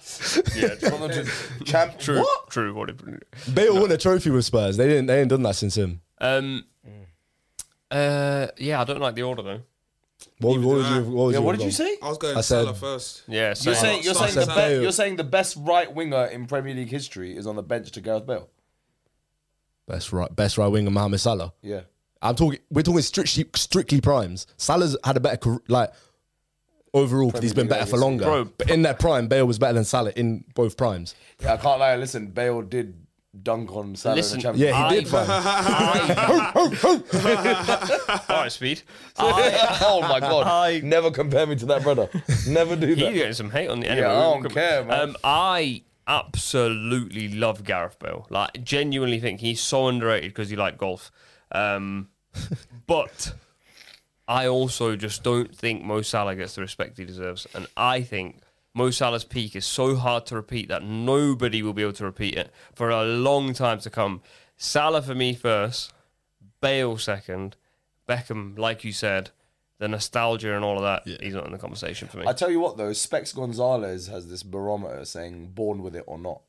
S2: For them to champ.
S1: true,
S2: What?
S1: true. What? it-
S7: Bale won a trophy with Spurs. They didn't. They ain't done that since him.
S1: Um. Uh. Yeah, I don't like the order though.
S7: What, what was you? What was
S2: Yeah,
S7: you
S2: what did you say?
S3: was going
S7: I
S3: I
S7: said-
S3: Salah first.
S1: Yeah. So
S2: You're saying you're
S3: Sorry,
S2: saying, the
S7: sorry.
S2: be-
S7: Bale.
S2: you're saying the best right winger in Premier League history is on the bench to Gareth Bale.
S7: Best right. Best right winger, Mohamed Salah.
S2: Yeah.
S7: I'm talking. We're talking strictly strictly primes. Salah's had a better career, like overall because he's been better for longer.
S1: Bro,
S7: but in their prime, Bale was better than Salah in both primes.
S2: Yeah, I can't lie. Listen, Bale did dunk on Salah
S1: Listen,
S2: in the Champions
S7: Yeah, he
S1: I-
S7: did. Fam.
S1: All right, speed.
S2: I- oh my god!
S1: I-
S2: Never compare me to that brother. Never do
S1: He's
S2: that.
S1: getting some hate on the anyway.
S2: I don't
S1: we'll-
S2: care, man.
S1: Um, I absolutely love Gareth Bale. Like, genuinely think he's so underrated because he liked golf. Um, but I also just don't think Mo Salah gets the respect he deserves, and I think. Mo Salah's peak is so hard to repeat that nobody will be able to repeat it for a long time to come. Salah for me first, Bale second, Beckham, like you said, the nostalgia and all of that. He's not in the conversation for me.
S2: I tell you what though, Specs Gonzalez has this barometer saying born with it or not.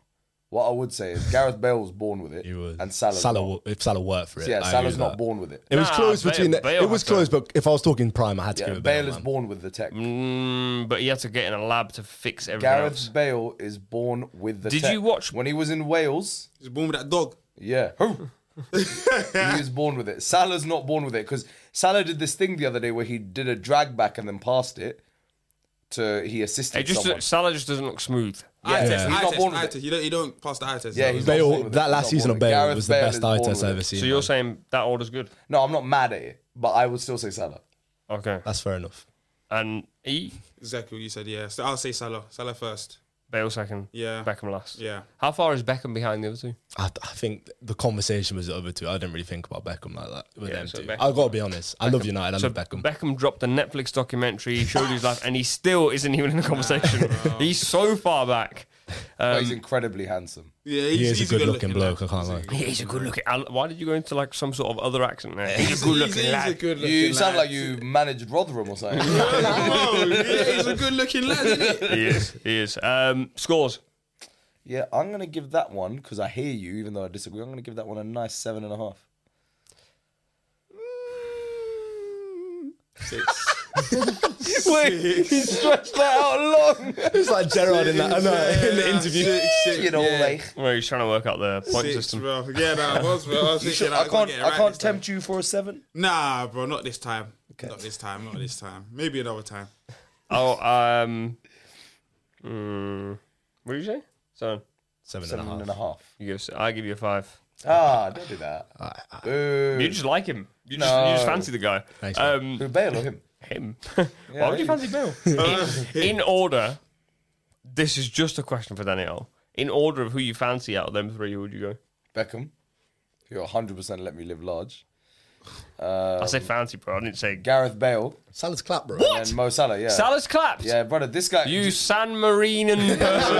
S2: What I would say is Gareth Bale was born with it, and Salah.
S7: Salah,
S2: not.
S7: wo- if Salah worked for it,
S2: yeah,
S7: I agree
S2: Salah's
S7: with
S2: not
S7: that.
S2: born with it.
S7: It was
S1: Nah,
S7: close
S1: Bale-
S7: between. the-
S1: Bale
S7: it was
S1: had to-
S7: close, but if I was talking prime, I had to
S2: Yeah,
S7: give it
S2: Bale,
S7: Bale.
S2: is
S7: man.
S2: born with the tech.
S1: Mm, but he had to get in a lab to fix everything
S2: Gareth
S1: else.
S2: Bale is born with the
S1: Did
S2: tech.
S1: you watch-
S2: when he was in Wales?
S3: He's born with that dog.
S2: Yeah. he was born with it. Salah's not born with it because Salah did this thing the other day where he did a drag back and then passed it to he assisted
S1: It just
S2: someone.
S1: Salah just doesn't look smooth.
S3: Eye
S2: Yeah.
S3: test,
S2: He's
S3: eye
S2: not
S3: test,
S2: born with
S3: eye
S2: it.
S3: test. You don't, you don't pass the eye test.
S2: Yeah, he's not born
S7: Bale,
S2: with it.
S7: that
S2: He's
S7: last
S2: not
S7: season
S2: born
S7: of
S2: with it.
S7: Bale
S2: Gareth
S7: was the
S2: Bale is
S7: best eye
S2: born
S7: test
S2: with
S7: I've
S2: it.
S7: ever seen.
S1: So you're saying that order's good?
S2: No, I'm not mad at it, but I would still say Salah.
S1: Okay.
S7: That's fair enough.
S1: And he
S3: Exactly what you said, yeah. So I'll say Salah. Salah first.
S1: Bale second,
S3: Yeah.
S1: Beckham last.
S3: Yeah.
S1: How far is Beckham behind the other two?
S7: I, I think the conversation was over too. I didn't really think about Beckham like that with
S1: Yeah,
S7: them
S1: so
S7: two.
S1: Beckham-
S7: I gotta be honest. I love United. I
S1: So
S7: love Beckham.
S1: dropped a Netflix documentary, showed his life, and he still isn't even in the conversation. he's so far back.
S2: But he's incredibly handsome.
S3: Yeah,
S7: he is a good-looking
S3: good-looking
S7: bloke. I
S3: lad.
S7: can't lie.
S1: He's a good looking. Why did you go into like some sort of other accent there? He's a good
S3: He's,
S1: looking
S3: he's a
S1: lad.
S3: good looking
S2: You sound like you managed Rotherham or something.
S3: he's a good looking lad, isn't he?
S1: He is. He is. Um, scores.
S2: yeah, I'm gonna give that one because I hear you, even though I disagree. I'm gonna give that one a nice seven and a half.
S3: Six.
S2: Wait, he stretched that out long.
S7: It's like Gerard in that I know, in the
S3: Yeah,
S7: interview.
S3: Six, six,
S2: you know,
S3: yeah.
S2: like
S1: Well, he's trying to work out the point
S3: Six,
S1: system.
S3: bro. Yeah, that was, bro. I was
S2: You
S3: thinking,
S2: should-
S3: like,
S2: I can't.
S3: gotta get it
S2: I
S3: right
S2: can't
S3: this time.
S2: tempt you for a seven.
S3: Nah, bro, not this time. Not this time. Not this time. Maybe another time.
S1: Oh, um, mm, what did you say? So
S7: Seven and a
S2: Seven
S7: half.
S2: and a half.
S1: you give, us- I give you a five.
S2: Ah, don't do that. Boo.
S1: You just like him. You just, you just
S2: No.
S1: fancy the guy.
S7: Thanks, man.
S1: um,
S2: Who, Bale or him?
S1: him. Why would you fancy Bill? in, in order, this is just a question for Danielle. In order of who you fancy out of them three, who would you go?
S2: Beckham. You're 100% let me live large.
S1: I said fancy, bro. I didn't say. Ga-
S2: Gareth Bale
S7: Salah's clap, bro.
S2: and Mo Salah. Yeah.
S1: Salah's clapped.
S2: Yeah, brother. This guy.
S1: You San Marinan person.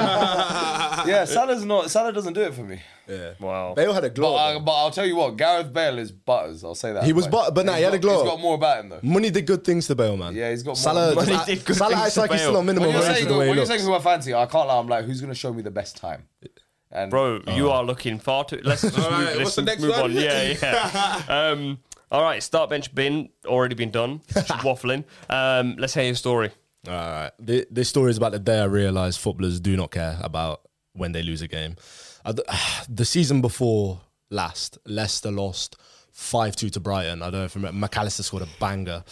S2: yeah, Salah's not. Salah doesn't do it for me.
S7: Yeah.
S1: wow.
S7: Bale had a
S2: But,
S7: glow. up,
S1: um,
S2: I, but I'll tell you what, Gareth Bale is butters. I'll say that.
S7: He was butter- but nah,
S2: now
S7: he had a glow
S2: He's
S7: up.
S2: got more about him though.
S7: man. Money did good things to Bale, man.
S2: Yeah, he's got more
S7: Salah.
S2: money.
S7: just-
S1: Money did good
S7: Salah
S1: things
S7: acts
S1: to
S7: like he's
S1: Bale.
S7: still on minimum
S2: When you're
S7: wage
S2: saying,
S7: with the way he
S2: when you're
S7: looks.
S2: saying who I fancy, I can't lie. I'm like, who's gonna show me the best time? And
S1: Bro, you are looking far too. Let's just move,
S3: Oh. right,
S1: let's
S3: what's the next
S1: move
S3: one?
S1: on. Yeah, yeah. um, all right, start bench bin already been done. Just waffling. Um, let's hear your story.
S7: All right. Th- This story is about the day I realized footballers do not care about when they lose a game. I d- The season before last, Leicester lost 5 2 to Brighton. I don't know if you remember. McAllister scored a banger.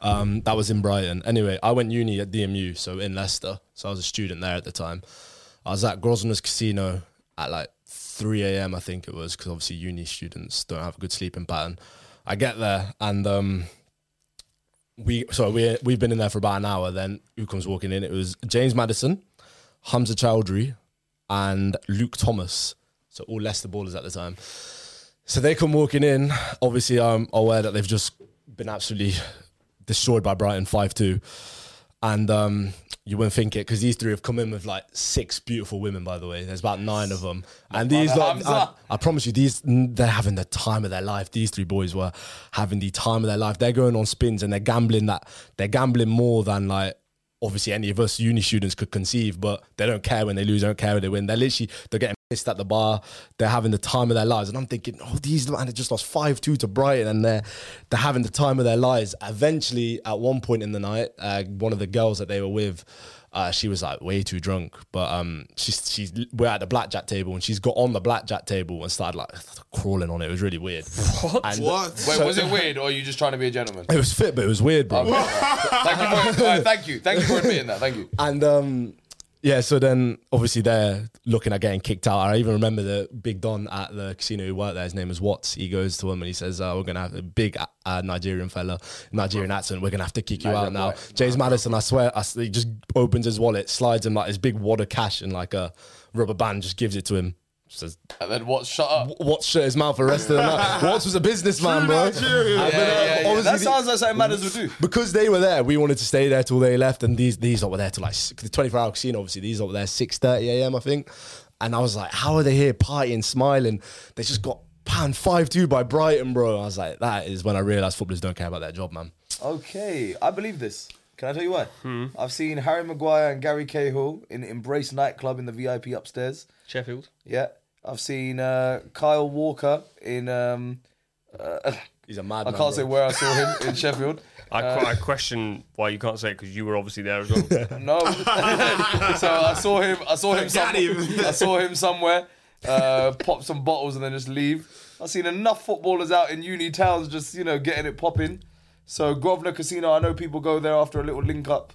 S7: Um, that was in Brighton. Anyway, I went uni at DMU, so in Leicester. So I was a student there at the time. I was at Grosvenor's Casino at like 3 a.m., I think it was, because obviously uni students don't have a good sleeping pattern. I get there and. Um, we so we we've been in there for about an hour. Then who comes walking in? It was James Madison, Hamza Chowdhury, and Luke Thomas. So all Leicester ballers at the time. So they come walking in. Obviously, I'm aware that they've just been absolutely destroyed by Brighton five two, and um, you wouldn't think it because these three have come in with like six beautiful women. By the way, there's about nine of them, and these lot, I,
S2: Hamza.
S7: I promise you, these they're having the time of their life. These three boys were having the time of their life. They're going on spins and they're gambling that they're gambling more than like obviously any of us uni students could conceive. But they don't care when they lose. They don't care when they win. They're literally they're getting. pissed at the bar. They're having the time of their lives. And I'm thinking, oh, these man, they just lost 5 2 to Brighton and they're, they're having the time of their lives. Eventually, at one point in the night, uh, one of the girls that they were with, uh, she was like way too drunk, but um, she's she's we're at the blackjack table and she's got on the blackjack table and started like crawling on it. It was really weird. What?
S3: What?
S2: Wait, was it weird or are you just trying to be a gentleman?
S7: It was fit, but it was weird, bro.
S2: thank you. For, uh, thank you. Thank you for admitting that. Thank you.
S7: And um, yeah, so then obviously they're looking at getting kicked out. I even remember the big don at the casino who worked there. His name was Watts. He goes to him and he says, uh, "We're gonna have a big uh, Nigerian fella, Nigerian accent. We're gonna have to kick you out now." James Madison, I swear, I s he just opens his wallet, slides him like his big wad of cash and like a rubber band, just gives it to him. Says,
S2: And then what? Shut up.
S7: Watts shut his mouth for the rest of the night. Watts was a businessman, bro. And then, uh,
S2: Yeah, yeah, yeah.
S7: obviously
S2: That
S7: the-
S2: sounds like something Matters would do.
S7: because they were there, we wanted to stay there till they left, and these these lot were there till like six, the twenty four hour casino. Obviously, these lot were there six thirty a.m. I think, and I was like, how are they here partying, smiling? They just got panned five two by Brighton, bro. I was like, that is when I realized footballers don't care about their job, man.
S2: Okay, I believe this. Can I tell you why? I've seen Harry Maguire and Gary Cahill in Embrace nightclub in the VIP upstairs.
S1: Sheffield.
S2: Yeah, I've seen uh, Kyle Walker in. Um, uh,
S7: He's a madman.
S2: I can't say
S7: bro.
S2: where I saw him in Sheffield.
S1: I,
S2: Uh,
S1: que- I question why you can't say it because you were obviously there as well.
S2: No, so I saw him. I saw him.
S3: Got
S2: somewhere.
S3: him.
S2: I saw him somewhere. Uh, pop some bottles and then just leave. I've seen enough footballers out in uni towns just you know getting it popping. So Grosvenor Casino, I know people go there after a little link up.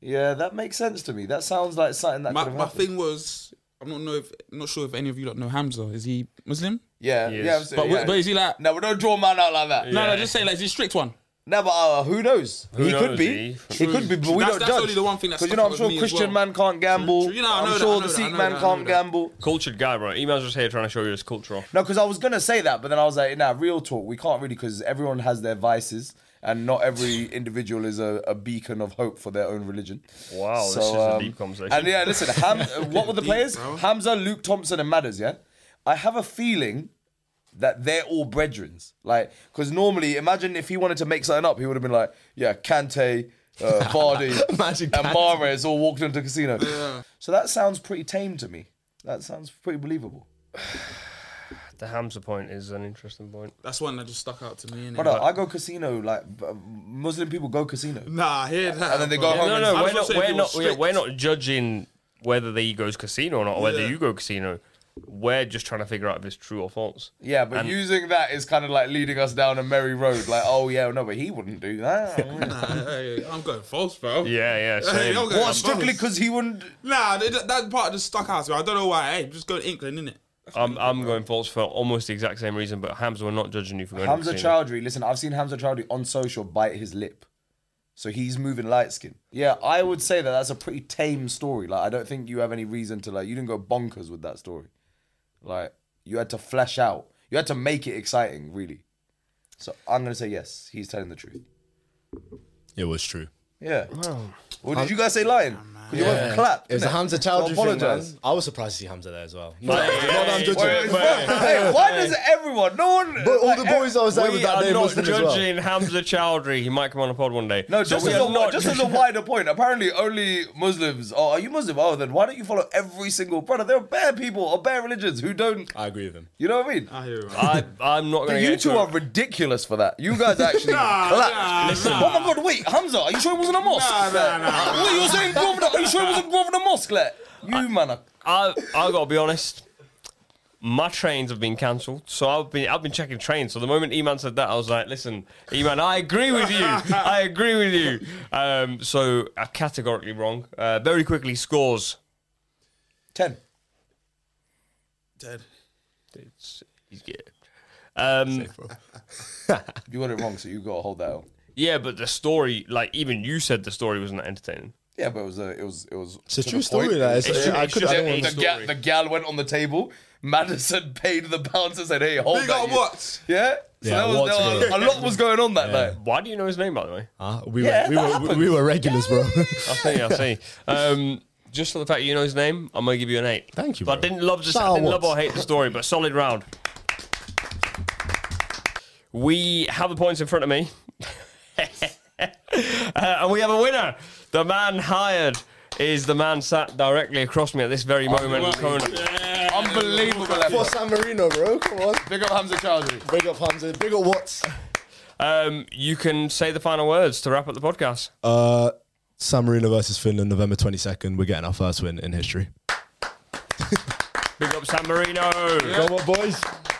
S2: Yeah, that makes sense to me. That sounds like something that
S3: My,
S2: could have
S3: my
S2: happened.
S3: thing was, I'm not know if, not sure if any of you lot know Hamza. Is he Muslim?
S2: yeah,
S1: Yes.
S2: yeah, absolutely,
S3: But
S2: yeah.
S3: wh- but is he like? No,
S2: no, we don't draw a man out like that.
S3: no, just say like, is he a strict one?
S2: No, but uh, who knows? he could
S1: knows,
S2: be.
S1: eh?
S2: He could be, but we
S3: That's-
S2: don't
S3: that's
S2: judge.
S3: only the one thing that
S2: Because you
S3: stuck
S2: know,
S3: out
S2: I'm
S3: with
S2: sure
S3: me as
S2: Christian
S3: well.
S2: man can't gamble.
S3: True, true. No, I
S2: I'm
S3: know that,
S2: sure
S3: I know
S2: the
S3: that, I
S2: Sikh man
S3: know that, I know
S2: can't
S3: that.
S2: gamble.
S1: Cultured guy, bro. Emails just here trying to show you his culture off.
S2: No, because I was gonna say that, but then I was like, nah, real talk, we can't really because everyone has their vices, and not every individual is a, a beacon of hope for their own religion.
S1: Wow, Oh, this is a deep conversation.
S2: um, And yeah, listen, Ham, what were the players?
S3: bro.
S2: Hamza, Luke Thompson, and Madders. Yeah, I have a feeling that they're all brethrens. Like, because normally, imagine if he wanted to make something up, he would have been like, yeah, Kante. Uh, Vardy
S7: Imagine
S2: and
S7: Kante.
S2: Mares all walked into the casino. So that sounds pretty tame to me. That sounds pretty believable.
S1: The Hamza point is an interesting point.
S3: That's one that just stuck out to me. innit?
S2: Brother, I go casino like b- uh, Muslim people go casino.
S3: Nah, I hear that.
S2: And then they
S3: bro.
S2: go home
S1: No,
S2: and-
S1: no,
S3: I
S1: we're
S3: was
S1: not,
S3: gonna say if
S1: we're
S3: he
S1: not,
S3: was
S1: yeah,
S3: strict.
S1: we're not judging whether they goes casino or not, or whether
S3: Yeah.
S1: you go casino. We're just trying to figure out if it's true or false.
S2: Yeah, but
S1: And-
S2: using that is kind of like leading us down a merry road. Like, oh yeah, no, but he wouldn't do that.
S3: Nah, hey, I'm going false, bro.
S1: Yeah, yeah, same.
S3: I'm going
S2: what strictly
S3: false.
S2: because he wouldn't?
S3: Nah, that, that part just stuck out to me. I don't know why. Hey, just go to England, innit?
S1: I'm, I'm going false for almost the exact same reason, but Hamza, we're not judging you for going
S2: Hamza
S1: to casino.
S2: Chowdhury. Listen, I've seen Hamza Chowdhury on social bite his lip, so he's moving light skin. Yeah, I would say that that's a pretty tame story. Like, I don't think you have any reason to like. You didn't go bonkers with that story. Like, you had to flesh out. You had to make it exciting, really. So I'm gonna say yes. He's telling the truth.
S7: It was true.
S2: Yeah. Well, did you guys say lying? You
S7: Yeah.
S2: both clapped.
S7: It was a
S2: innit?
S7: Hamza
S2: So
S7: Chowdhury thing,
S2: apologise.
S7: man. I was surprised to see Hamza there as well.
S1: Chowdhury.
S7: I'm judging.
S2: Wait, wait, wait, why does everyone? No one.
S7: But all
S2: like,
S7: the boys I was there with
S1: We
S7: that
S1: are
S7: day
S1: not
S7: must as well.
S1: judging Hamza Chowdhury. He might come on a pod one day.
S2: No,
S1: So
S2: just,
S1: we
S2: as
S1: are
S2: a,
S1: not
S2: just as a
S1: judging-
S2: wider point. Apparently, only Muslims. Oh, are you Muslim? Oh, then why don't you follow every single brother? There are bare people or bare religions who don't.
S7: I agree with him.
S2: You know what I mean?
S3: I hear it. man.
S1: I, I'm not
S2: But
S1: going to
S2: you two are ridiculous for that. You guys actually
S3: Nah, nah,
S2: clapped.
S3: nah.
S2: Oh my god, wait, Hamza, are you sure it wasn't a mosque?
S3: Nah, nah, nah.
S2: What you're saying, Governor? Are you sure it wasn't Governor Mosque? Like, you man, are
S1: I I gotta be honest. My trains have been cancelled, so I've been I've been checking trains. So the moment Eman said that, I was like, "Listen, Eman, I agree with you. I agree with you." Um, so uh, categorically wrong. Uh, very quickly, scores.
S2: ten.
S3: Dead.
S1: It's, he's good. Um,
S2: You got it wrong, so you gotta hold that. Out.
S1: yeah, but the story, like even you said, the story wasn't that entertaining.
S2: Yeah, but it was a, it was it was.
S7: It's a true story. That it's,
S1: It's true-
S7: I
S1: it's
S7: could.
S1: true-
S7: I don't
S1: it's-
S7: wanna-
S2: The, ga- the gal went on the table. Madison paid the bouncer and said, "Hey, hold
S3: Big
S2: that."
S3: up
S2: you-
S3: what?
S2: Yeah. So
S7: Yeah,
S2: that was,
S7: what's
S2: that was- a
S7: going
S2: lot was going on that night.
S1: Why do you know his name, by the way?
S7: Huh? Ah, we,
S2: Yeah,
S7: were,
S2: that
S7: we, were, we were regulars, bro.
S1: I see, I see. Um, just for the fact you know his name, I'm gonna give you an eight.
S7: Thank you,
S1: But I
S7: bro.
S1: didn't love this.
S7: Shout
S1: I
S7: out
S1: didn't love or
S7: Watts.
S1: hate the story, but solid round. We have the points in front of me, Uh, and we have a winner. The man hired is the man sat directly across me at this very moment. Conan.
S3: Yeah.
S2: Unbelievable
S7: For
S2: effort.
S7: San Marino, bro. Come on.
S2: Big up Hamza Chowdhury.
S7: Big up Hamza. Big up Watts.
S1: Um, you can say the final words to wrap up the podcast.
S7: Uh, San Marino versus Finland, November 22nd. We're getting our first win in history.
S1: Big up San Marino.
S7: Go on, boys.